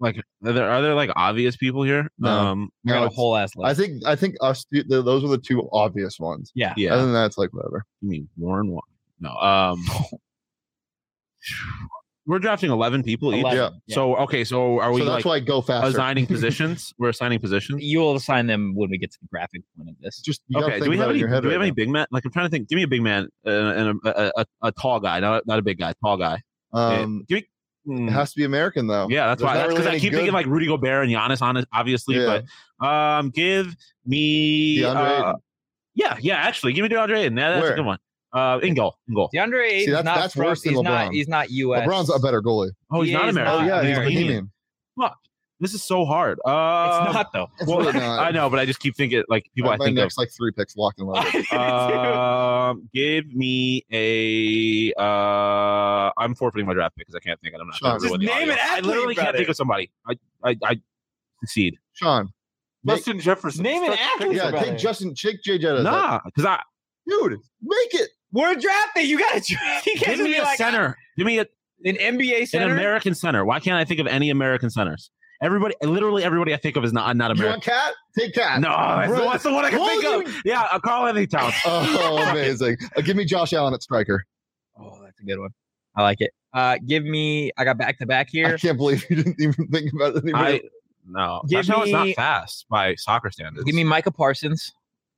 [SPEAKER 3] like. Are there, are there like obvious people here?
[SPEAKER 2] No.
[SPEAKER 3] Um,
[SPEAKER 1] I
[SPEAKER 2] No,
[SPEAKER 1] got a
[SPEAKER 2] it's-
[SPEAKER 1] whole ass
[SPEAKER 2] I
[SPEAKER 1] list.
[SPEAKER 2] think I think us two, th- those are the two obvious ones.
[SPEAKER 1] yeah.
[SPEAKER 3] yeah.
[SPEAKER 2] Other than that, it's like whatever.
[SPEAKER 3] I mean, Warren. Wa- No. Um, we're drafting eleven people each.
[SPEAKER 1] 11.
[SPEAKER 2] yeah.
[SPEAKER 3] So okay. So are we
[SPEAKER 2] so that's why
[SPEAKER 3] like
[SPEAKER 2] go faster.
[SPEAKER 3] assigning positions? We're assigning positions.
[SPEAKER 1] you will assign them when we get to the graphic point of this.
[SPEAKER 2] Just you gotta
[SPEAKER 3] Okay.
[SPEAKER 2] think
[SPEAKER 3] Do we
[SPEAKER 2] about it in
[SPEAKER 3] have any?
[SPEAKER 2] your head
[SPEAKER 3] Do we
[SPEAKER 2] right
[SPEAKER 3] have any
[SPEAKER 2] now.
[SPEAKER 3] big men? Like I'm trying to think. Give me a big man uh, and a, a, a, a tall guy, not not a big guy, tall guy. Yeah.
[SPEAKER 2] Um,
[SPEAKER 3] Give me-
[SPEAKER 2] it
[SPEAKER 3] mm,
[SPEAKER 2] has to be American though.
[SPEAKER 3] yeah, that's
[SPEAKER 2] There's
[SPEAKER 3] why.
[SPEAKER 2] not
[SPEAKER 3] That's because
[SPEAKER 2] really
[SPEAKER 3] I
[SPEAKER 2] any
[SPEAKER 3] keep
[SPEAKER 2] good-
[SPEAKER 3] thinking like Rudy Gobert and Giannis, honest, obviously. But um, give me
[SPEAKER 2] DeAndre
[SPEAKER 3] uh,
[SPEAKER 2] Ayton.
[SPEAKER 3] yeah, yeah. Actually, give me DeAndre and that's
[SPEAKER 2] Where?
[SPEAKER 3] a good one. Uh, in goal, in goal.
[SPEAKER 1] DeAndre Ayton's
[SPEAKER 2] that's-
[SPEAKER 1] not
[SPEAKER 2] that's
[SPEAKER 1] from-
[SPEAKER 2] worse than
[SPEAKER 1] he's not
[SPEAKER 2] LeBron.
[SPEAKER 1] he's not US.
[SPEAKER 2] LeBron's a better goalie.
[SPEAKER 3] Oh, he's
[SPEAKER 1] Yeah,
[SPEAKER 3] not
[SPEAKER 1] he's
[SPEAKER 3] American.
[SPEAKER 2] Oh
[SPEAKER 1] not
[SPEAKER 2] yeah, he's
[SPEAKER 3] He's
[SPEAKER 1] American.
[SPEAKER 3] Bohemian.
[SPEAKER 2] Bohemian.
[SPEAKER 3] This is so hard. Uh,
[SPEAKER 1] it's not though.
[SPEAKER 2] It's
[SPEAKER 3] well,
[SPEAKER 2] really not.
[SPEAKER 3] I know, but I just keep thinking like people.
[SPEAKER 2] My-
[SPEAKER 3] I
[SPEAKER 2] my
[SPEAKER 3] think of.
[SPEAKER 2] next like three picks locked and
[SPEAKER 3] Uh,
[SPEAKER 2] loaded.
[SPEAKER 3] Um, give me a. Uh, I'm forfeiting my draft pick because I can't think. of- I'm not.
[SPEAKER 2] Sure.
[SPEAKER 3] sure
[SPEAKER 2] Just
[SPEAKER 3] what the
[SPEAKER 1] name
[SPEAKER 3] audio-
[SPEAKER 1] an
[SPEAKER 3] I
[SPEAKER 1] athlete,
[SPEAKER 3] literally can't
[SPEAKER 1] brother.
[SPEAKER 3] think of somebody. I I, I succeed.
[SPEAKER 2] Sean, Make-
[SPEAKER 4] Justin Jefferson.
[SPEAKER 1] Name an
[SPEAKER 4] Start-
[SPEAKER 1] athlete.
[SPEAKER 2] yeah,
[SPEAKER 1] brother.
[SPEAKER 2] take Justin Chick J Jetta.
[SPEAKER 3] Nah, because I
[SPEAKER 2] dude, make it.
[SPEAKER 1] We're drafting. You got to draft. You
[SPEAKER 3] Give
[SPEAKER 1] can't just
[SPEAKER 3] me
[SPEAKER 1] be
[SPEAKER 3] a
[SPEAKER 1] like
[SPEAKER 3] center. Give me a,
[SPEAKER 1] an NBA
[SPEAKER 3] an
[SPEAKER 1] center.
[SPEAKER 3] American center. Why can't I think of any American centers? Everybody, literally everybody I think of is not not
[SPEAKER 2] You
[SPEAKER 3] American.
[SPEAKER 2] want cat? Take cat.
[SPEAKER 3] No, that's the, that's the one I can
[SPEAKER 2] Well,
[SPEAKER 3] think of. Yeah, uh, Carl Anthony Towns.
[SPEAKER 2] Oh, amazing. Uh, give me Josh Allen at striker.
[SPEAKER 1] Oh, that's a good one. I like it. Uh, give me. I got back to back
[SPEAKER 2] I
[SPEAKER 1] here.
[SPEAKER 2] can't believe you didn't even think about it.
[SPEAKER 3] I no,
[SPEAKER 1] Give
[SPEAKER 3] Give Josh Allen's
[SPEAKER 1] me-
[SPEAKER 3] not fast by soccer standards.
[SPEAKER 1] Give me Micah Parsons.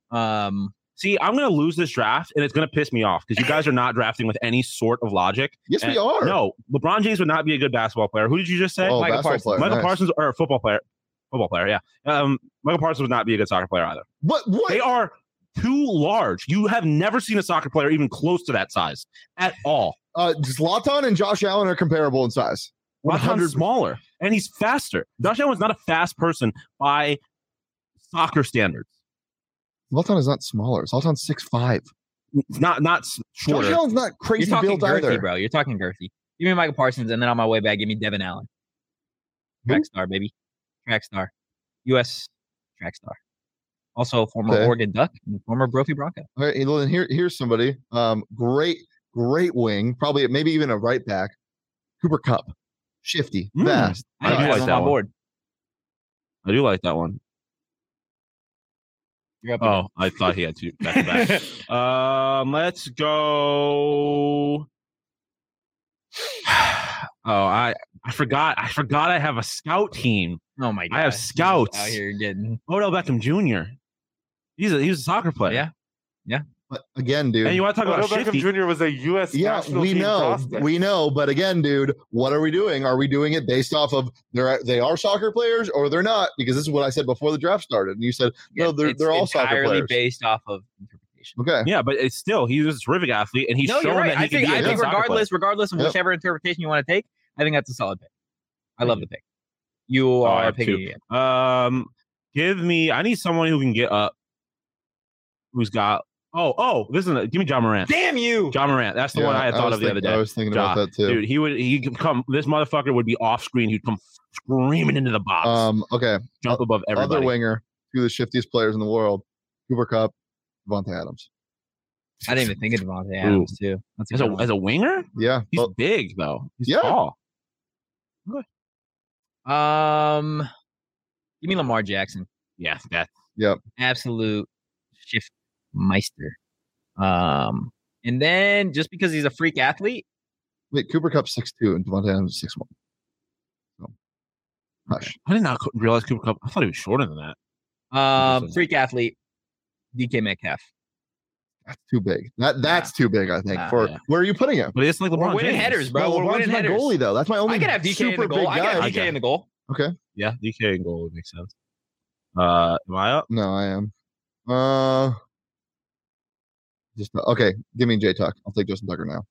[SPEAKER 1] Um,
[SPEAKER 3] See, I'm gonna lose this draft, and it's gonna piss me off because you guys are not drafting with any sort of logic.
[SPEAKER 2] yes, we
[SPEAKER 3] And-
[SPEAKER 2] are.
[SPEAKER 3] uh, No, LeBron James would not be a good basketball player. Who did you just say?
[SPEAKER 2] oh,
[SPEAKER 1] Michael
[SPEAKER 2] basketball
[SPEAKER 1] Parsons.
[SPEAKER 2] player.
[SPEAKER 3] Michael
[SPEAKER 2] nice.
[SPEAKER 3] Parsons or football player? Football player, yeah. Um, Michael Parsons would not be a good soccer player either.
[SPEAKER 2] What? What?
[SPEAKER 3] They are too large. You have never seen a soccer player even close to that size at all.
[SPEAKER 2] Uh, Zlatan and Josh Allen are comparable in size.
[SPEAKER 3] One
[SPEAKER 2] 100
[SPEAKER 3] hundred smaller, and he's faster. Josh Allen's not a fast person by soccer standards.
[SPEAKER 2] Zlatan is not smaller. Zlatan's 6'5.
[SPEAKER 3] It's not not s-
[SPEAKER 2] Josh
[SPEAKER 3] shorter.
[SPEAKER 2] Allen's not
[SPEAKER 1] you're
[SPEAKER 2] crazy
[SPEAKER 1] talking
[SPEAKER 2] build
[SPEAKER 1] girthy,
[SPEAKER 2] either.
[SPEAKER 1] bro. You're talking girthy. Give me Micah Parsons, and then on my way back, give me Devin Allen. Track star, baby. Track star. U.S. track star. Also, former
[SPEAKER 2] Okay.
[SPEAKER 1] Oregon Duck and former Brophy Bronco.
[SPEAKER 2] All right, well, then here, here's somebody. Um, great, great wing. Probably, maybe even a right back. Cooper Cup, shifty,
[SPEAKER 3] Mm.
[SPEAKER 2] fast.
[SPEAKER 3] I do
[SPEAKER 1] have
[SPEAKER 3] like
[SPEAKER 1] him on
[SPEAKER 3] that
[SPEAKER 1] my
[SPEAKER 3] one.
[SPEAKER 1] board.
[SPEAKER 3] I do like that one.
[SPEAKER 1] You're up
[SPEAKER 3] Oh, I thought he had two back to back. Um, let's go. Oh, I I forgot. I forgot I have a scout team.
[SPEAKER 1] Oh my god.
[SPEAKER 3] I have
[SPEAKER 1] He's
[SPEAKER 3] scouts.
[SPEAKER 1] out here getting
[SPEAKER 3] Odell Beckham Jr. He's a he's a soccer player.
[SPEAKER 1] Yeah.
[SPEAKER 2] But again, dude.
[SPEAKER 3] And you want to talk
[SPEAKER 4] Odell
[SPEAKER 3] about shifty?
[SPEAKER 4] Beckham Jr. was a U.S.
[SPEAKER 2] yeah,
[SPEAKER 4] national
[SPEAKER 2] we
[SPEAKER 4] team
[SPEAKER 2] know,
[SPEAKER 4] prospect.
[SPEAKER 2] we know. But again, dude, what are we doing? Are we doing it based off of they're they are soccer players or they're not? Because this is what I said before the draft started, and you said No, they're-
[SPEAKER 1] it's
[SPEAKER 2] they're all soccer
[SPEAKER 1] entirely
[SPEAKER 2] players.
[SPEAKER 1] based off of interpretation.
[SPEAKER 2] okay.
[SPEAKER 3] Yeah, but it's still he was a terrific athlete, and he's
[SPEAKER 1] no,
[SPEAKER 3] shown
[SPEAKER 1] you're right.
[SPEAKER 3] that he
[SPEAKER 1] I
[SPEAKER 3] can
[SPEAKER 1] think
[SPEAKER 3] be a
[SPEAKER 1] I
[SPEAKER 3] good
[SPEAKER 1] think
[SPEAKER 3] soccer player.
[SPEAKER 1] regardless, regardless of
[SPEAKER 2] Yep.
[SPEAKER 1] whichever interpretation you want to take, I think that's a solid pick. I love the pick. You
[SPEAKER 3] Oh, I
[SPEAKER 1] are
[SPEAKER 3] have
[SPEAKER 1] picking
[SPEAKER 3] two.
[SPEAKER 1] again.
[SPEAKER 3] Um, give me. I need someone who can get up. Who's got? Oh, oh, this is a, give me John Morant.
[SPEAKER 1] Damn you!
[SPEAKER 3] John Morant. That's the
[SPEAKER 2] Yeah,
[SPEAKER 3] one I had thought
[SPEAKER 2] was
[SPEAKER 3] of the other
[SPEAKER 2] thinking-
[SPEAKER 3] day.
[SPEAKER 2] I was thinking about
[SPEAKER 3] Ja.
[SPEAKER 2] that too.
[SPEAKER 3] Dude, he would he could come. This motherfucker would be off screen. He'd come screaming into the box,
[SPEAKER 2] Um, okay,
[SPEAKER 3] jump above everybody.
[SPEAKER 2] other winger, two of the shiftiest players in the world, Cooper Cup, Devontae Adams.
[SPEAKER 1] I didn't even think of Devontae Adams too. That's
[SPEAKER 3] as
[SPEAKER 1] good
[SPEAKER 3] a
[SPEAKER 1] one.
[SPEAKER 3] as a winger,
[SPEAKER 2] Yeah,
[SPEAKER 3] he's
[SPEAKER 2] well,
[SPEAKER 3] big though. He's
[SPEAKER 2] Yeah.
[SPEAKER 3] tall.
[SPEAKER 1] Um, give me Lamar Jackson,
[SPEAKER 3] Yeah, that
[SPEAKER 1] absolute shift meister. Um, and then just because he's a freak athlete,
[SPEAKER 2] wait, Cooper Cup six two and Devontae Adams six one. So, hush.
[SPEAKER 3] I did not co- realize Cooper Cup. I thought he was shorter than that.
[SPEAKER 1] um,
[SPEAKER 3] Interesting.
[SPEAKER 1] freak athlete, DK Metcalf.
[SPEAKER 2] That's too big. That that's too big. I think
[SPEAKER 1] Nah,
[SPEAKER 2] for
[SPEAKER 3] yeah.
[SPEAKER 2] where are you putting him?
[SPEAKER 3] But it's like
[SPEAKER 1] We're
[SPEAKER 3] LeBron
[SPEAKER 1] winning
[SPEAKER 3] James.
[SPEAKER 1] headers, bro.
[SPEAKER 2] No,
[SPEAKER 1] We're
[SPEAKER 2] LeBron's
[SPEAKER 1] winning
[SPEAKER 2] my
[SPEAKER 1] headers.
[SPEAKER 2] goal goalie though. That's my only.
[SPEAKER 1] I could have DK in
[SPEAKER 2] super
[SPEAKER 1] the
[SPEAKER 2] big
[SPEAKER 1] goal. I could have
[SPEAKER 2] guy.
[SPEAKER 3] I
[SPEAKER 1] DK in the goal.
[SPEAKER 3] Yeah, DK and goal would make sense. Uh, am I up?
[SPEAKER 2] No, I am. Uh, just okay. Give me J Tuck. I'll take Justin Tucker now.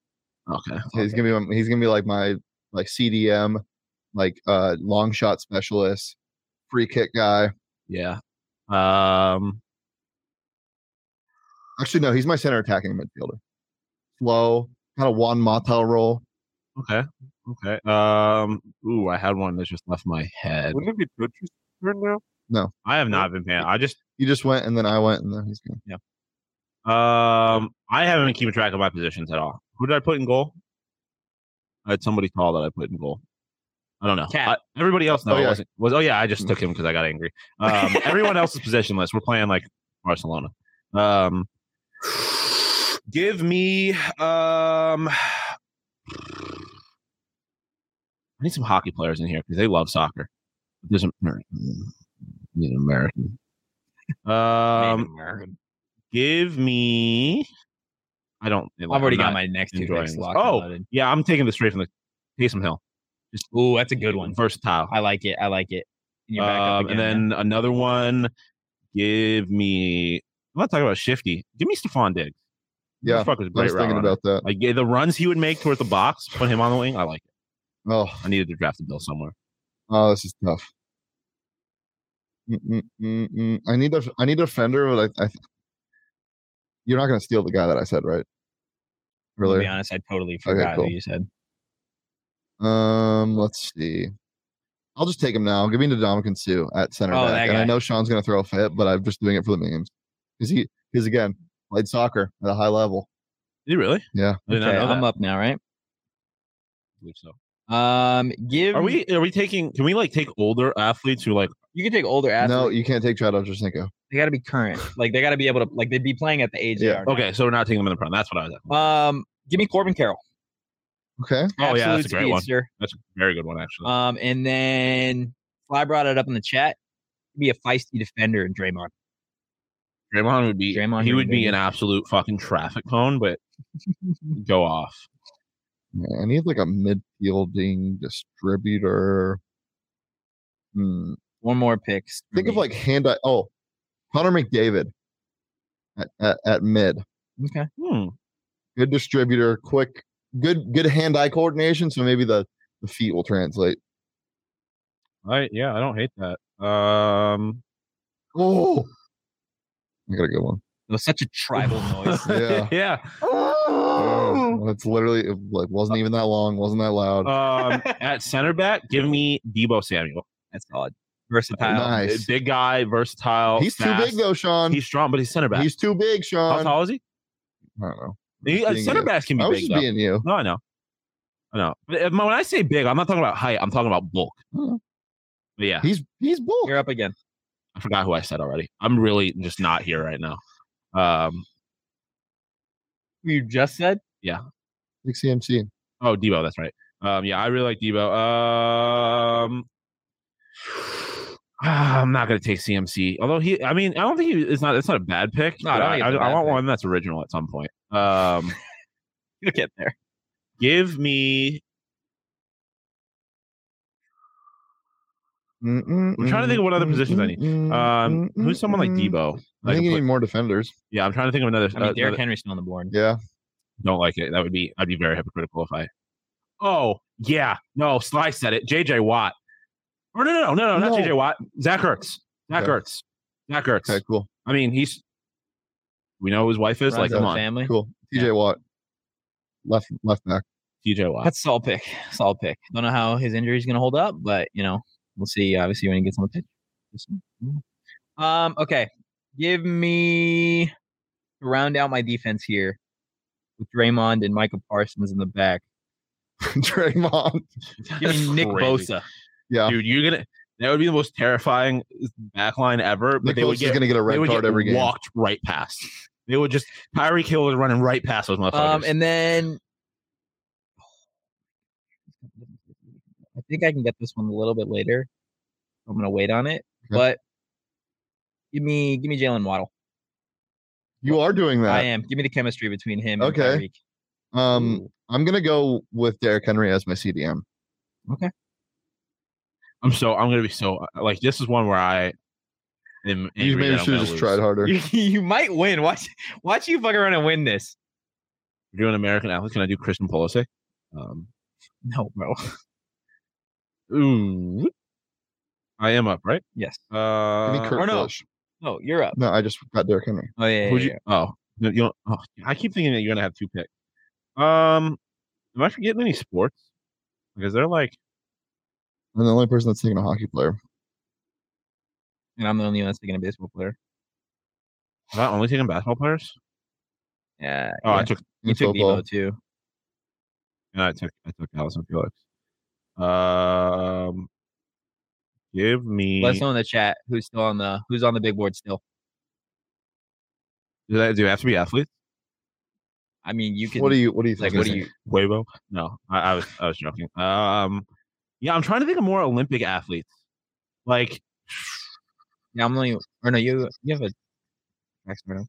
[SPEAKER 3] Okay.
[SPEAKER 2] He's gonna be my- he's gonna be like my like CDM, like uh long shot specialist, free kick guy.
[SPEAKER 3] Yeah. Um.
[SPEAKER 2] Actually, no, he's my center attacking midfielder. Slow, kind of Juan Mata roll.
[SPEAKER 3] Okay. Okay. Um. Ooh, I had one that just left my head.
[SPEAKER 4] Wouldn't it be Butcher's turn now?
[SPEAKER 3] I have not been paying. I just
[SPEAKER 2] You just went and then I went and then he's going.
[SPEAKER 3] Um, I haven't been keeping track of my positions at all. Who did I put in goal? I had somebody tall that I put in goal. I don't know.
[SPEAKER 1] Cat.
[SPEAKER 3] I- everybody else, no,
[SPEAKER 2] Oh,
[SPEAKER 3] it
[SPEAKER 2] yeah.
[SPEAKER 3] wasn't. Was oh yeah, I just took him because I got angry. Um, everyone else's positionless. We're playing like Barcelona. Um, give me. Um, I need some hockey players in here because they love soccer. There's an American. Need an American. Um, give me. I don't.
[SPEAKER 1] I've already got
[SPEAKER 3] my.
[SPEAKER 1] my next two
[SPEAKER 3] enjoying
[SPEAKER 1] picks
[SPEAKER 3] this.
[SPEAKER 1] locked. and
[SPEAKER 3] Oh,
[SPEAKER 1] loaded.
[SPEAKER 3] yeah, I'm taking this straight from the Taysom Hill.
[SPEAKER 1] ooh, that's a good one.
[SPEAKER 3] Versatile.
[SPEAKER 1] I like it. I like it. And you're back up
[SPEAKER 3] Um, and
[SPEAKER 1] again.
[SPEAKER 3] then another one. Give me. I'm not talking about shifty. Give me Stephon Diggs.
[SPEAKER 2] Yeah,
[SPEAKER 3] Motherfucker's a
[SPEAKER 2] I
[SPEAKER 3] great
[SPEAKER 2] was
[SPEAKER 3] route
[SPEAKER 2] thinking
[SPEAKER 3] runner.
[SPEAKER 2] about that.
[SPEAKER 3] Like yeah, the runs he would make towards the box, put him on the wing. I like it.
[SPEAKER 2] Oh,
[SPEAKER 3] I needed to draft a bill somewhere.
[SPEAKER 2] oh, this is tough. Mm, mm, mm, mm. I need a I need a fender, but I, I th- you're not gonna steal the guy that I said, right?
[SPEAKER 1] to be
[SPEAKER 2] Really?
[SPEAKER 1] honest, I totally forgot
[SPEAKER 2] cool.
[SPEAKER 1] who you said.
[SPEAKER 2] Um, let's see. I'll just take him now. Give me Ndamukong Sue at center
[SPEAKER 1] Oh, that
[SPEAKER 2] back. And I
[SPEAKER 1] guy.
[SPEAKER 2] know Sean's gonna throw a fit, but I'm just doing it for the memes. Because he because again, played soccer at a high level.
[SPEAKER 3] You really?
[SPEAKER 2] Yeah.
[SPEAKER 3] I did not
[SPEAKER 1] Okay,
[SPEAKER 3] know that.
[SPEAKER 1] I'm up now, right?
[SPEAKER 3] I believe so.
[SPEAKER 1] Um, give
[SPEAKER 3] Are we are we taking can we like take older athletes who like
[SPEAKER 1] You can take older athletes.
[SPEAKER 2] No, you can't take Chad Ochocinco.
[SPEAKER 1] they got to be current. Like they got to be able to like they'd be playing at the age
[SPEAKER 2] Yeah.
[SPEAKER 1] they are. now.
[SPEAKER 3] okay, so we're not taking them in the prime. That's what I was at.
[SPEAKER 1] Um, give me Corbin Carroll.
[SPEAKER 2] Okay.
[SPEAKER 3] Oh, yeah, that's a great one.
[SPEAKER 1] speedster.
[SPEAKER 3] That's a very good one actually.
[SPEAKER 1] Um, and then Fly brought it up in the chat. Be a feisty defender in Draymond.
[SPEAKER 3] Draymond would be
[SPEAKER 1] Draymond
[SPEAKER 3] he
[SPEAKER 1] Green,
[SPEAKER 3] would be
[SPEAKER 1] baby.
[SPEAKER 3] an absolute fucking traffic cone, but go off.
[SPEAKER 2] Yeah, I need like a midfielding distributor. Hmm.
[SPEAKER 1] One more picks. for
[SPEAKER 2] Think of
[SPEAKER 1] me.
[SPEAKER 2] like hand eye. Oh, Connor McDavid at, at, at mid.
[SPEAKER 1] okay.
[SPEAKER 3] Hmm.
[SPEAKER 2] Good distributor, quick, good good hand eye coordination. So maybe the, the feet will translate.
[SPEAKER 3] I yeah, I don't hate that. Um
[SPEAKER 2] Oh, I got a good one.
[SPEAKER 1] It was such a tribal noise.
[SPEAKER 2] Yeah.
[SPEAKER 3] yeah.
[SPEAKER 2] Oh, That's literally it, like wasn't even that long, wasn't that loud.
[SPEAKER 3] Um at center back, give me Debo Samuel.
[SPEAKER 1] That's odd. Versatile.
[SPEAKER 2] nice.
[SPEAKER 3] Big guy, versatile.
[SPEAKER 2] He's too big
[SPEAKER 3] oh, fast.
[SPEAKER 2] though, Sean.
[SPEAKER 3] He's strong, but he's center back.
[SPEAKER 2] He's too big,
[SPEAKER 3] How
[SPEAKER 2] Sean. I
[SPEAKER 3] tall is he?
[SPEAKER 2] don't know.
[SPEAKER 3] He- uh,
[SPEAKER 2] being
[SPEAKER 3] center
[SPEAKER 2] you.
[SPEAKER 3] backs can be
[SPEAKER 2] I was
[SPEAKER 3] big.
[SPEAKER 2] just
[SPEAKER 3] Though.
[SPEAKER 2] being you.
[SPEAKER 3] no, I know. I know. But, uh, When I say big, I'm not talking about height. I'm talking about bulk.
[SPEAKER 2] Mhm.
[SPEAKER 3] But yeah,
[SPEAKER 2] He's he's bull.
[SPEAKER 1] You're up again.
[SPEAKER 3] I forgot who I said already. I'm really just not here right now. Um.
[SPEAKER 1] Who You just said
[SPEAKER 2] Big CMC.
[SPEAKER 3] Oh, Debo. That's right. Um. Yeah, I really like Debo. Um. ah, I'm not gonna take CMC. Although he, I mean, I don't think he is not. It's not a bad pick.
[SPEAKER 1] No, I
[SPEAKER 3] but
[SPEAKER 1] don't
[SPEAKER 3] I,
[SPEAKER 1] think it's a
[SPEAKER 3] I- I
[SPEAKER 1] bad
[SPEAKER 3] want
[SPEAKER 1] pick.
[SPEAKER 3] one that's original at some point. Um.
[SPEAKER 1] you'll get there.
[SPEAKER 3] give me.
[SPEAKER 2] I'm
[SPEAKER 3] I'm trying to think of what other positions I need. Um. Who's someone like Debo?
[SPEAKER 2] I
[SPEAKER 3] Like,
[SPEAKER 2] think you need more defenders.
[SPEAKER 3] yeah, I'm trying to think of another.
[SPEAKER 1] I mean,
[SPEAKER 3] uh,
[SPEAKER 1] Derrick
[SPEAKER 3] another-
[SPEAKER 1] Henry's still on the board.
[SPEAKER 2] Yeah.
[SPEAKER 3] don't like it. That would be I'd be very hypocritical if I. Oh yeah, no, Sly said it. J.J. Watt. Or no, no, no, no, no, not
[SPEAKER 2] No.
[SPEAKER 3] J.J. Watt. Zach Ertz. Zach
[SPEAKER 2] Okay.
[SPEAKER 3] Ertz. Zach Ertz.
[SPEAKER 2] Okay, cool.
[SPEAKER 3] I mean, he's. We know who his wife is.
[SPEAKER 1] Runs
[SPEAKER 3] like,
[SPEAKER 1] in
[SPEAKER 3] come
[SPEAKER 1] the
[SPEAKER 3] on,
[SPEAKER 1] family.
[SPEAKER 2] Cool. TJ Watt. Left left back.
[SPEAKER 3] T.J. Watt.
[SPEAKER 1] That's solid pick. Solid pick. Don't know how his injury is going to hold up, but you know, we'll see. Obviously, when he gets on the pitch. We'll see. Um. Okay. Give me to round out my defense here with Draymond and Michael Parsons in the back.
[SPEAKER 2] Draymond.
[SPEAKER 1] Give
[SPEAKER 3] That's
[SPEAKER 1] me Nick
[SPEAKER 3] crazy.
[SPEAKER 1] Bosa.
[SPEAKER 2] Yeah.
[SPEAKER 3] dude, you're gonna. That would be the most terrifying uh, backline ever. But
[SPEAKER 2] Nick
[SPEAKER 3] they would
[SPEAKER 2] Bosa's
[SPEAKER 3] get.
[SPEAKER 2] gonna get a
[SPEAKER 3] They
[SPEAKER 2] red
[SPEAKER 3] would
[SPEAKER 2] card
[SPEAKER 3] get
[SPEAKER 2] every game.
[SPEAKER 3] walked right past. They would just Tyreek Hill was running right past those motherfuckers.
[SPEAKER 1] Um. And then. I think I can get this one a little bit later. I'm gonna wait on it,
[SPEAKER 2] Yeah.
[SPEAKER 1] but give me give me Jalen Waddle.
[SPEAKER 2] You are doing
[SPEAKER 1] I
[SPEAKER 2] that.
[SPEAKER 1] am. Give me the chemistry between him.
[SPEAKER 2] Okay.
[SPEAKER 1] And Tyreek.
[SPEAKER 2] Um I'm gonna go with Derrick Henry as my CDM.
[SPEAKER 3] I'm so I'm gonna be so like this is one where I am.
[SPEAKER 2] You maybe should have just tried harder.
[SPEAKER 1] you, you might win. Watch, watch you fuck around and win this.
[SPEAKER 3] We're doing American athletes. Can I do Christian Pulisic? Um,
[SPEAKER 1] No, bro.
[SPEAKER 3] ooh, I am up, right?
[SPEAKER 1] Yes.
[SPEAKER 2] Give me
[SPEAKER 3] Uh,
[SPEAKER 2] Kurt
[SPEAKER 1] or no.
[SPEAKER 2] Busch.
[SPEAKER 1] No, you're up.
[SPEAKER 2] No, I just got Derrick Henry.
[SPEAKER 1] Oh yeah.
[SPEAKER 3] who'd you- oh, no, you don't, oh, I keep thinking that you're gonna have two picks. Um, am I forgetting any sports? Because they're like,
[SPEAKER 2] I'm the only person that's taking a hockey player.
[SPEAKER 1] And I'm the only one that's taking a baseball player.
[SPEAKER 3] am I only taking basketball players?
[SPEAKER 1] Yeah.
[SPEAKER 3] Oh,
[SPEAKER 1] yeah.
[SPEAKER 3] I took,
[SPEAKER 2] in
[SPEAKER 1] you took
[SPEAKER 2] football.
[SPEAKER 1] Debo too.
[SPEAKER 3] I took, I took Allison Felix. Um, give me.
[SPEAKER 1] Let us know in the chat who's still on the who's on the big board still.
[SPEAKER 3] Do, they, do they have to be athletes?
[SPEAKER 1] I mean, you can.
[SPEAKER 2] What do you what do you
[SPEAKER 1] like?
[SPEAKER 2] think?
[SPEAKER 1] What do you?
[SPEAKER 3] Weibo? No, I, I was I was joking. Um, yeah, I'm trying to think of more Olympic athletes. Like,
[SPEAKER 1] Yeah, I'm only. Or no, you you have a. Expert.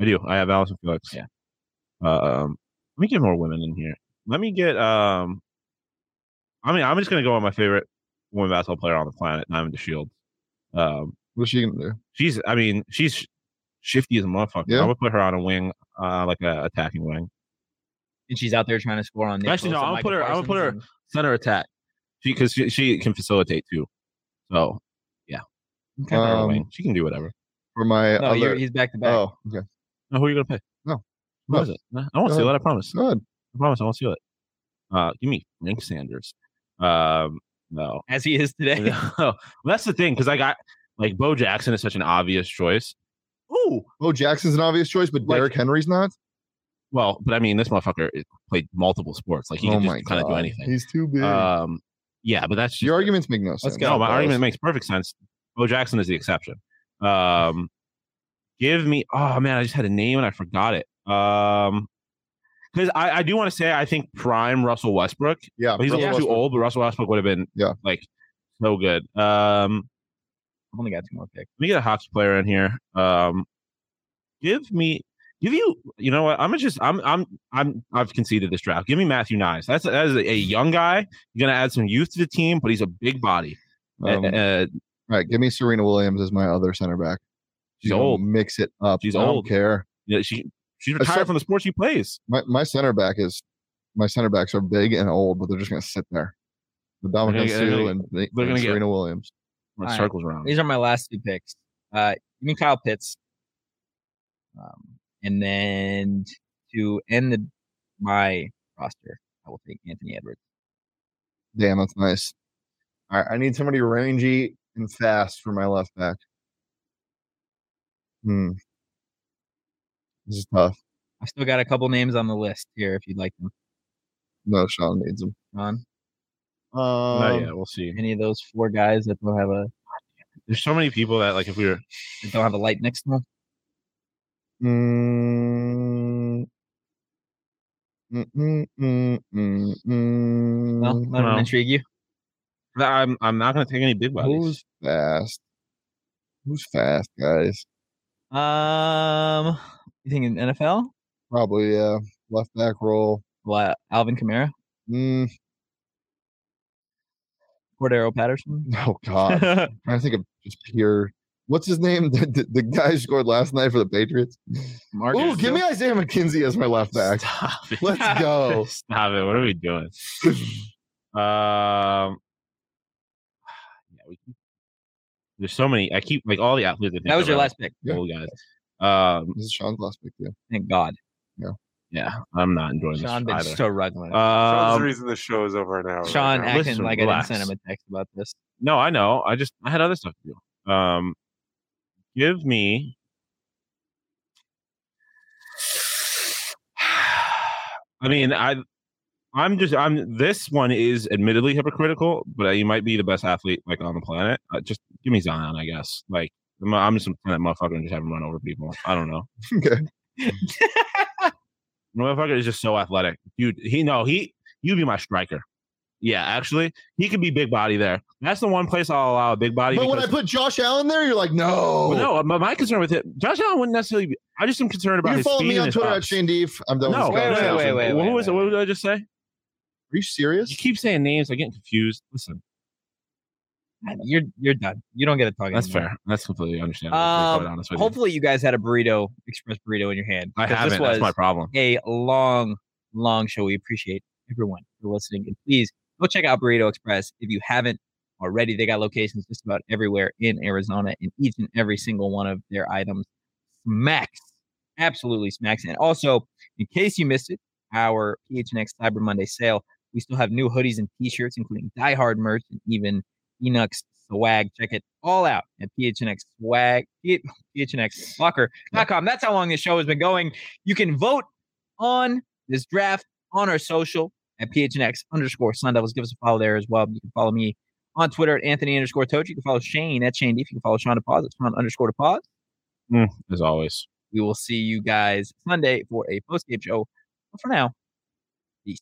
[SPEAKER 3] I do. I have Allison Felix.
[SPEAKER 1] Yeah.
[SPEAKER 3] Um, let me get more women in here. Let me get. Um, I mean, I'm just gonna go on my favorite woman basketball player on the planet, Diamond Shields. Um,
[SPEAKER 2] What's she gonna do?
[SPEAKER 3] she's. I mean, she's shifty as a motherfucker.
[SPEAKER 2] Yeah.
[SPEAKER 3] I would put her on a wing, uh, like a attacking wing,
[SPEAKER 1] And she's out there trying to score on. Nick
[SPEAKER 3] Actually, no,
[SPEAKER 1] Bosa,
[SPEAKER 3] I'll
[SPEAKER 1] Michael
[SPEAKER 3] put her- I'll
[SPEAKER 1] Parsons,
[SPEAKER 3] put her-
[SPEAKER 1] and-
[SPEAKER 3] center attack. She because she, she can facilitate too. So yeah, Put her on a
[SPEAKER 2] Um,
[SPEAKER 3] wing. she can do whatever.
[SPEAKER 2] For my
[SPEAKER 1] No, you're,
[SPEAKER 2] other
[SPEAKER 1] he's back to back.
[SPEAKER 2] Oh, okay.
[SPEAKER 3] No, who are you gonna pick?
[SPEAKER 2] No.
[SPEAKER 3] Who
[SPEAKER 2] No.
[SPEAKER 3] is it? No, I won't
[SPEAKER 2] Go
[SPEAKER 3] steal
[SPEAKER 2] ahead.
[SPEAKER 3] it. I promise.
[SPEAKER 2] Go ahead.
[SPEAKER 3] I promise. I won't steal it. Uh, give me Nick Sanders. Um, no.
[SPEAKER 1] As he is today.
[SPEAKER 3] no. That's the thing because I got like Bo Jackson is such an obvious choice. Ooh.
[SPEAKER 2] Bo Oh, Jackson's an obvious choice, but
[SPEAKER 3] Like-
[SPEAKER 2] Derrick Henry's not.
[SPEAKER 3] Well, but I mean, this motherfucker is- played multiple sports. Like he
[SPEAKER 2] oh
[SPEAKER 3] can
[SPEAKER 2] my
[SPEAKER 3] just kind of
[SPEAKER 2] god,
[SPEAKER 3] do anything.
[SPEAKER 2] he's too big.
[SPEAKER 3] Um, yeah, but that's just
[SPEAKER 2] Your arguments make no sense.
[SPEAKER 1] Uh, Let's go.
[SPEAKER 3] No, my
[SPEAKER 2] Fellas.
[SPEAKER 3] argument makes perfect sense. Bo Jackson is the exception. Um, give me. Oh man, I just had a name and I forgot it. Um, because I, I do want to say I think prime Russell Westbrook.
[SPEAKER 2] Yeah,
[SPEAKER 3] He's a
[SPEAKER 2] Russell
[SPEAKER 3] little too
[SPEAKER 2] Westbrook.
[SPEAKER 3] old, but Russell Westbrook would have been
[SPEAKER 2] Yeah.
[SPEAKER 3] like so good. Um,
[SPEAKER 1] I've only got two more picks.
[SPEAKER 3] let me get a Hawks player in here. Um, give me, give you, you know what? I'm gonna just, I'm, I'm, I'm, I've conceded this draft. Give me Matthew Nice. That's that is a, a young guy. You're gonna add some youth to the team, but he's a big body.
[SPEAKER 2] Um,
[SPEAKER 3] Uh, uh,
[SPEAKER 2] all right, give me Serena Williams as my other center back.
[SPEAKER 3] She's
[SPEAKER 2] You know,
[SPEAKER 3] old.
[SPEAKER 2] Mix it up.
[SPEAKER 3] She's
[SPEAKER 2] I
[SPEAKER 3] old.
[SPEAKER 2] Don't care.
[SPEAKER 3] you know, she she's
[SPEAKER 2] Except-
[SPEAKER 3] retired from the sport she plays.
[SPEAKER 2] My my center back is my center backs are big and old, but they're just gonna sit there. The Dominic
[SPEAKER 3] They're gonna-
[SPEAKER 2] Sue
[SPEAKER 3] they're
[SPEAKER 2] and, and
[SPEAKER 3] gonna get-
[SPEAKER 2] Serena Williams.
[SPEAKER 3] It
[SPEAKER 1] All right.
[SPEAKER 3] circles around.
[SPEAKER 1] These are my last two picks. Uh, give me Kyle Pitts, um, and then to end the my roster, I will take Anthony Edwards.
[SPEAKER 2] Damn, that's nice. All right, I need somebody rangy and fast for my left back. Hmm. This is tough.
[SPEAKER 1] I've still got a couple names on the list here if you'd like them.
[SPEAKER 2] No, Sean needs him.
[SPEAKER 1] John,
[SPEAKER 2] Um,
[SPEAKER 3] Oh, yeah, we'll see.
[SPEAKER 1] any of those four guys that don't have a
[SPEAKER 3] There's so many people that like if we were
[SPEAKER 1] that don't have a light next to them.
[SPEAKER 2] mm, mm, mm, mm, mm,
[SPEAKER 1] No,
[SPEAKER 2] mm.
[SPEAKER 1] let them
[SPEAKER 3] no.
[SPEAKER 1] intrigue you.
[SPEAKER 3] I'm I'm not gonna take any big bodies.
[SPEAKER 2] Who's fast? Who's fast, guys?
[SPEAKER 1] Um, you think in NFL?
[SPEAKER 2] Probably yeah. Left back roll.
[SPEAKER 1] Well, uh, Alvin Kamara,
[SPEAKER 2] Mm,
[SPEAKER 1] Cordero Patterson.
[SPEAKER 2] oh God, I'm trying to think of just pure. What's his name? The, the, the guy who scored last night for the Patriots.
[SPEAKER 1] Mark
[SPEAKER 2] Ooh, give me Isaiah McKenzie as my left back.
[SPEAKER 3] Stop it.
[SPEAKER 2] Let's go.
[SPEAKER 3] Stop it. What are we doing? um, yeah, we keep, there's so many. I keep like all the athletes. I think
[SPEAKER 1] That was
[SPEAKER 3] are
[SPEAKER 1] your
[SPEAKER 3] really
[SPEAKER 1] last pick.
[SPEAKER 2] Yeah.
[SPEAKER 3] Cool guys. Um,
[SPEAKER 2] This is Sean's last pick, yeah.
[SPEAKER 1] Thank God.
[SPEAKER 3] yeah, I'm not enjoying
[SPEAKER 1] Sean been
[SPEAKER 3] this either.
[SPEAKER 1] so rugged.
[SPEAKER 4] Sean's the
[SPEAKER 3] um,
[SPEAKER 4] reason the show is over an hour. right
[SPEAKER 1] Sean
[SPEAKER 4] now.
[SPEAKER 3] act-
[SPEAKER 1] acting
[SPEAKER 3] listen,
[SPEAKER 1] like
[SPEAKER 3] relax.
[SPEAKER 1] I didn't send him a text about this.
[SPEAKER 3] no, I know. I just I had other stuff to do. Um, give me. I mean, I, I'm just I'm. This one is admittedly hypocritical, but he might be the best athlete like on the planet. Uh, just give me Zion, I guess. Like I'm, I'm just gonna send that motherfucker and just have him run over people. I don't know.
[SPEAKER 2] Okay.
[SPEAKER 3] The motherfucker is just so athletic, dude. He no, he you be my striker. Yeah, actually, he could be big body there. That's the one place I'll allow a big body.
[SPEAKER 2] But when I
[SPEAKER 3] because-
[SPEAKER 2] put Josh Allen there, you're like, no.
[SPEAKER 3] Well,
[SPEAKER 2] Oh.
[SPEAKER 3] no, my, my concern with it, Josh Allen wouldn't necessarily. Be, I just am concerned
[SPEAKER 2] you
[SPEAKER 3] about
[SPEAKER 2] can
[SPEAKER 3] his
[SPEAKER 2] follow
[SPEAKER 3] speed
[SPEAKER 2] me
[SPEAKER 3] and
[SPEAKER 2] on
[SPEAKER 3] his
[SPEAKER 2] Twitter at
[SPEAKER 3] hops.
[SPEAKER 2] Shane Deef. I'm done
[SPEAKER 3] No,
[SPEAKER 2] with
[SPEAKER 3] wait,
[SPEAKER 2] this
[SPEAKER 3] wait,
[SPEAKER 2] conversation.
[SPEAKER 3] wait,
[SPEAKER 1] wait,
[SPEAKER 3] wait,
[SPEAKER 1] wait,
[SPEAKER 3] What was it?
[SPEAKER 1] wait,
[SPEAKER 3] What
[SPEAKER 1] wait.
[SPEAKER 3] did I just say?
[SPEAKER 2] Are you serious?
[SPEAKER 3] You keep saying names. I get confused. Listen,
[SPEAKER 1] You're you're done. You don't get to talk.
[SPEAKER 3] that's
[SPEAKER 1] anymore.
[SPEAKER 3] fair. That's completely understandable. to be quite
[SPEAKER 1] Um,
[SPEAKER 3] honest with you.
[SPEAKER 1] Hopefully, you guys had a burrito, express burrito in your hand.
[SPEAKER 3] I
[SPEAKER 1] 'cause
[SPEAKER 3] haven't.
[SPEAKER 1] This
[SPEAKER 3] That's
[SPEAKER 1] was
[SPEAKER 3] my problem.
[SPEAKER 1] a long, long show. We appreciate everyone for listening, and please go check out Burrito Express if you haven't already. They got locations just about everywhere in Arizona, and each and every single one of their items smacks, absolutely smacks. And also, in case you missed it, our PHNX Cyber Monday sale. We still have new hoodies and T-shirts, including Die Hard merch and even Enux swag. Check it all out at PHNX swag, PHNXlocker.com. That's how long this show has been going. You can vote on this draft on our social at PHNX underscore Sun Devils. Give us a follow there as well. You can follow me on Twitter at Anthony underscore Toach. You can follow Shane at Shane Deef. You can follow Sean to pause at Sean underscore to pause.
[SPEAKER 3] Mm, as always.
[SPEAKER 1] We will see you guys Sunday for a post game show. But for now, peace.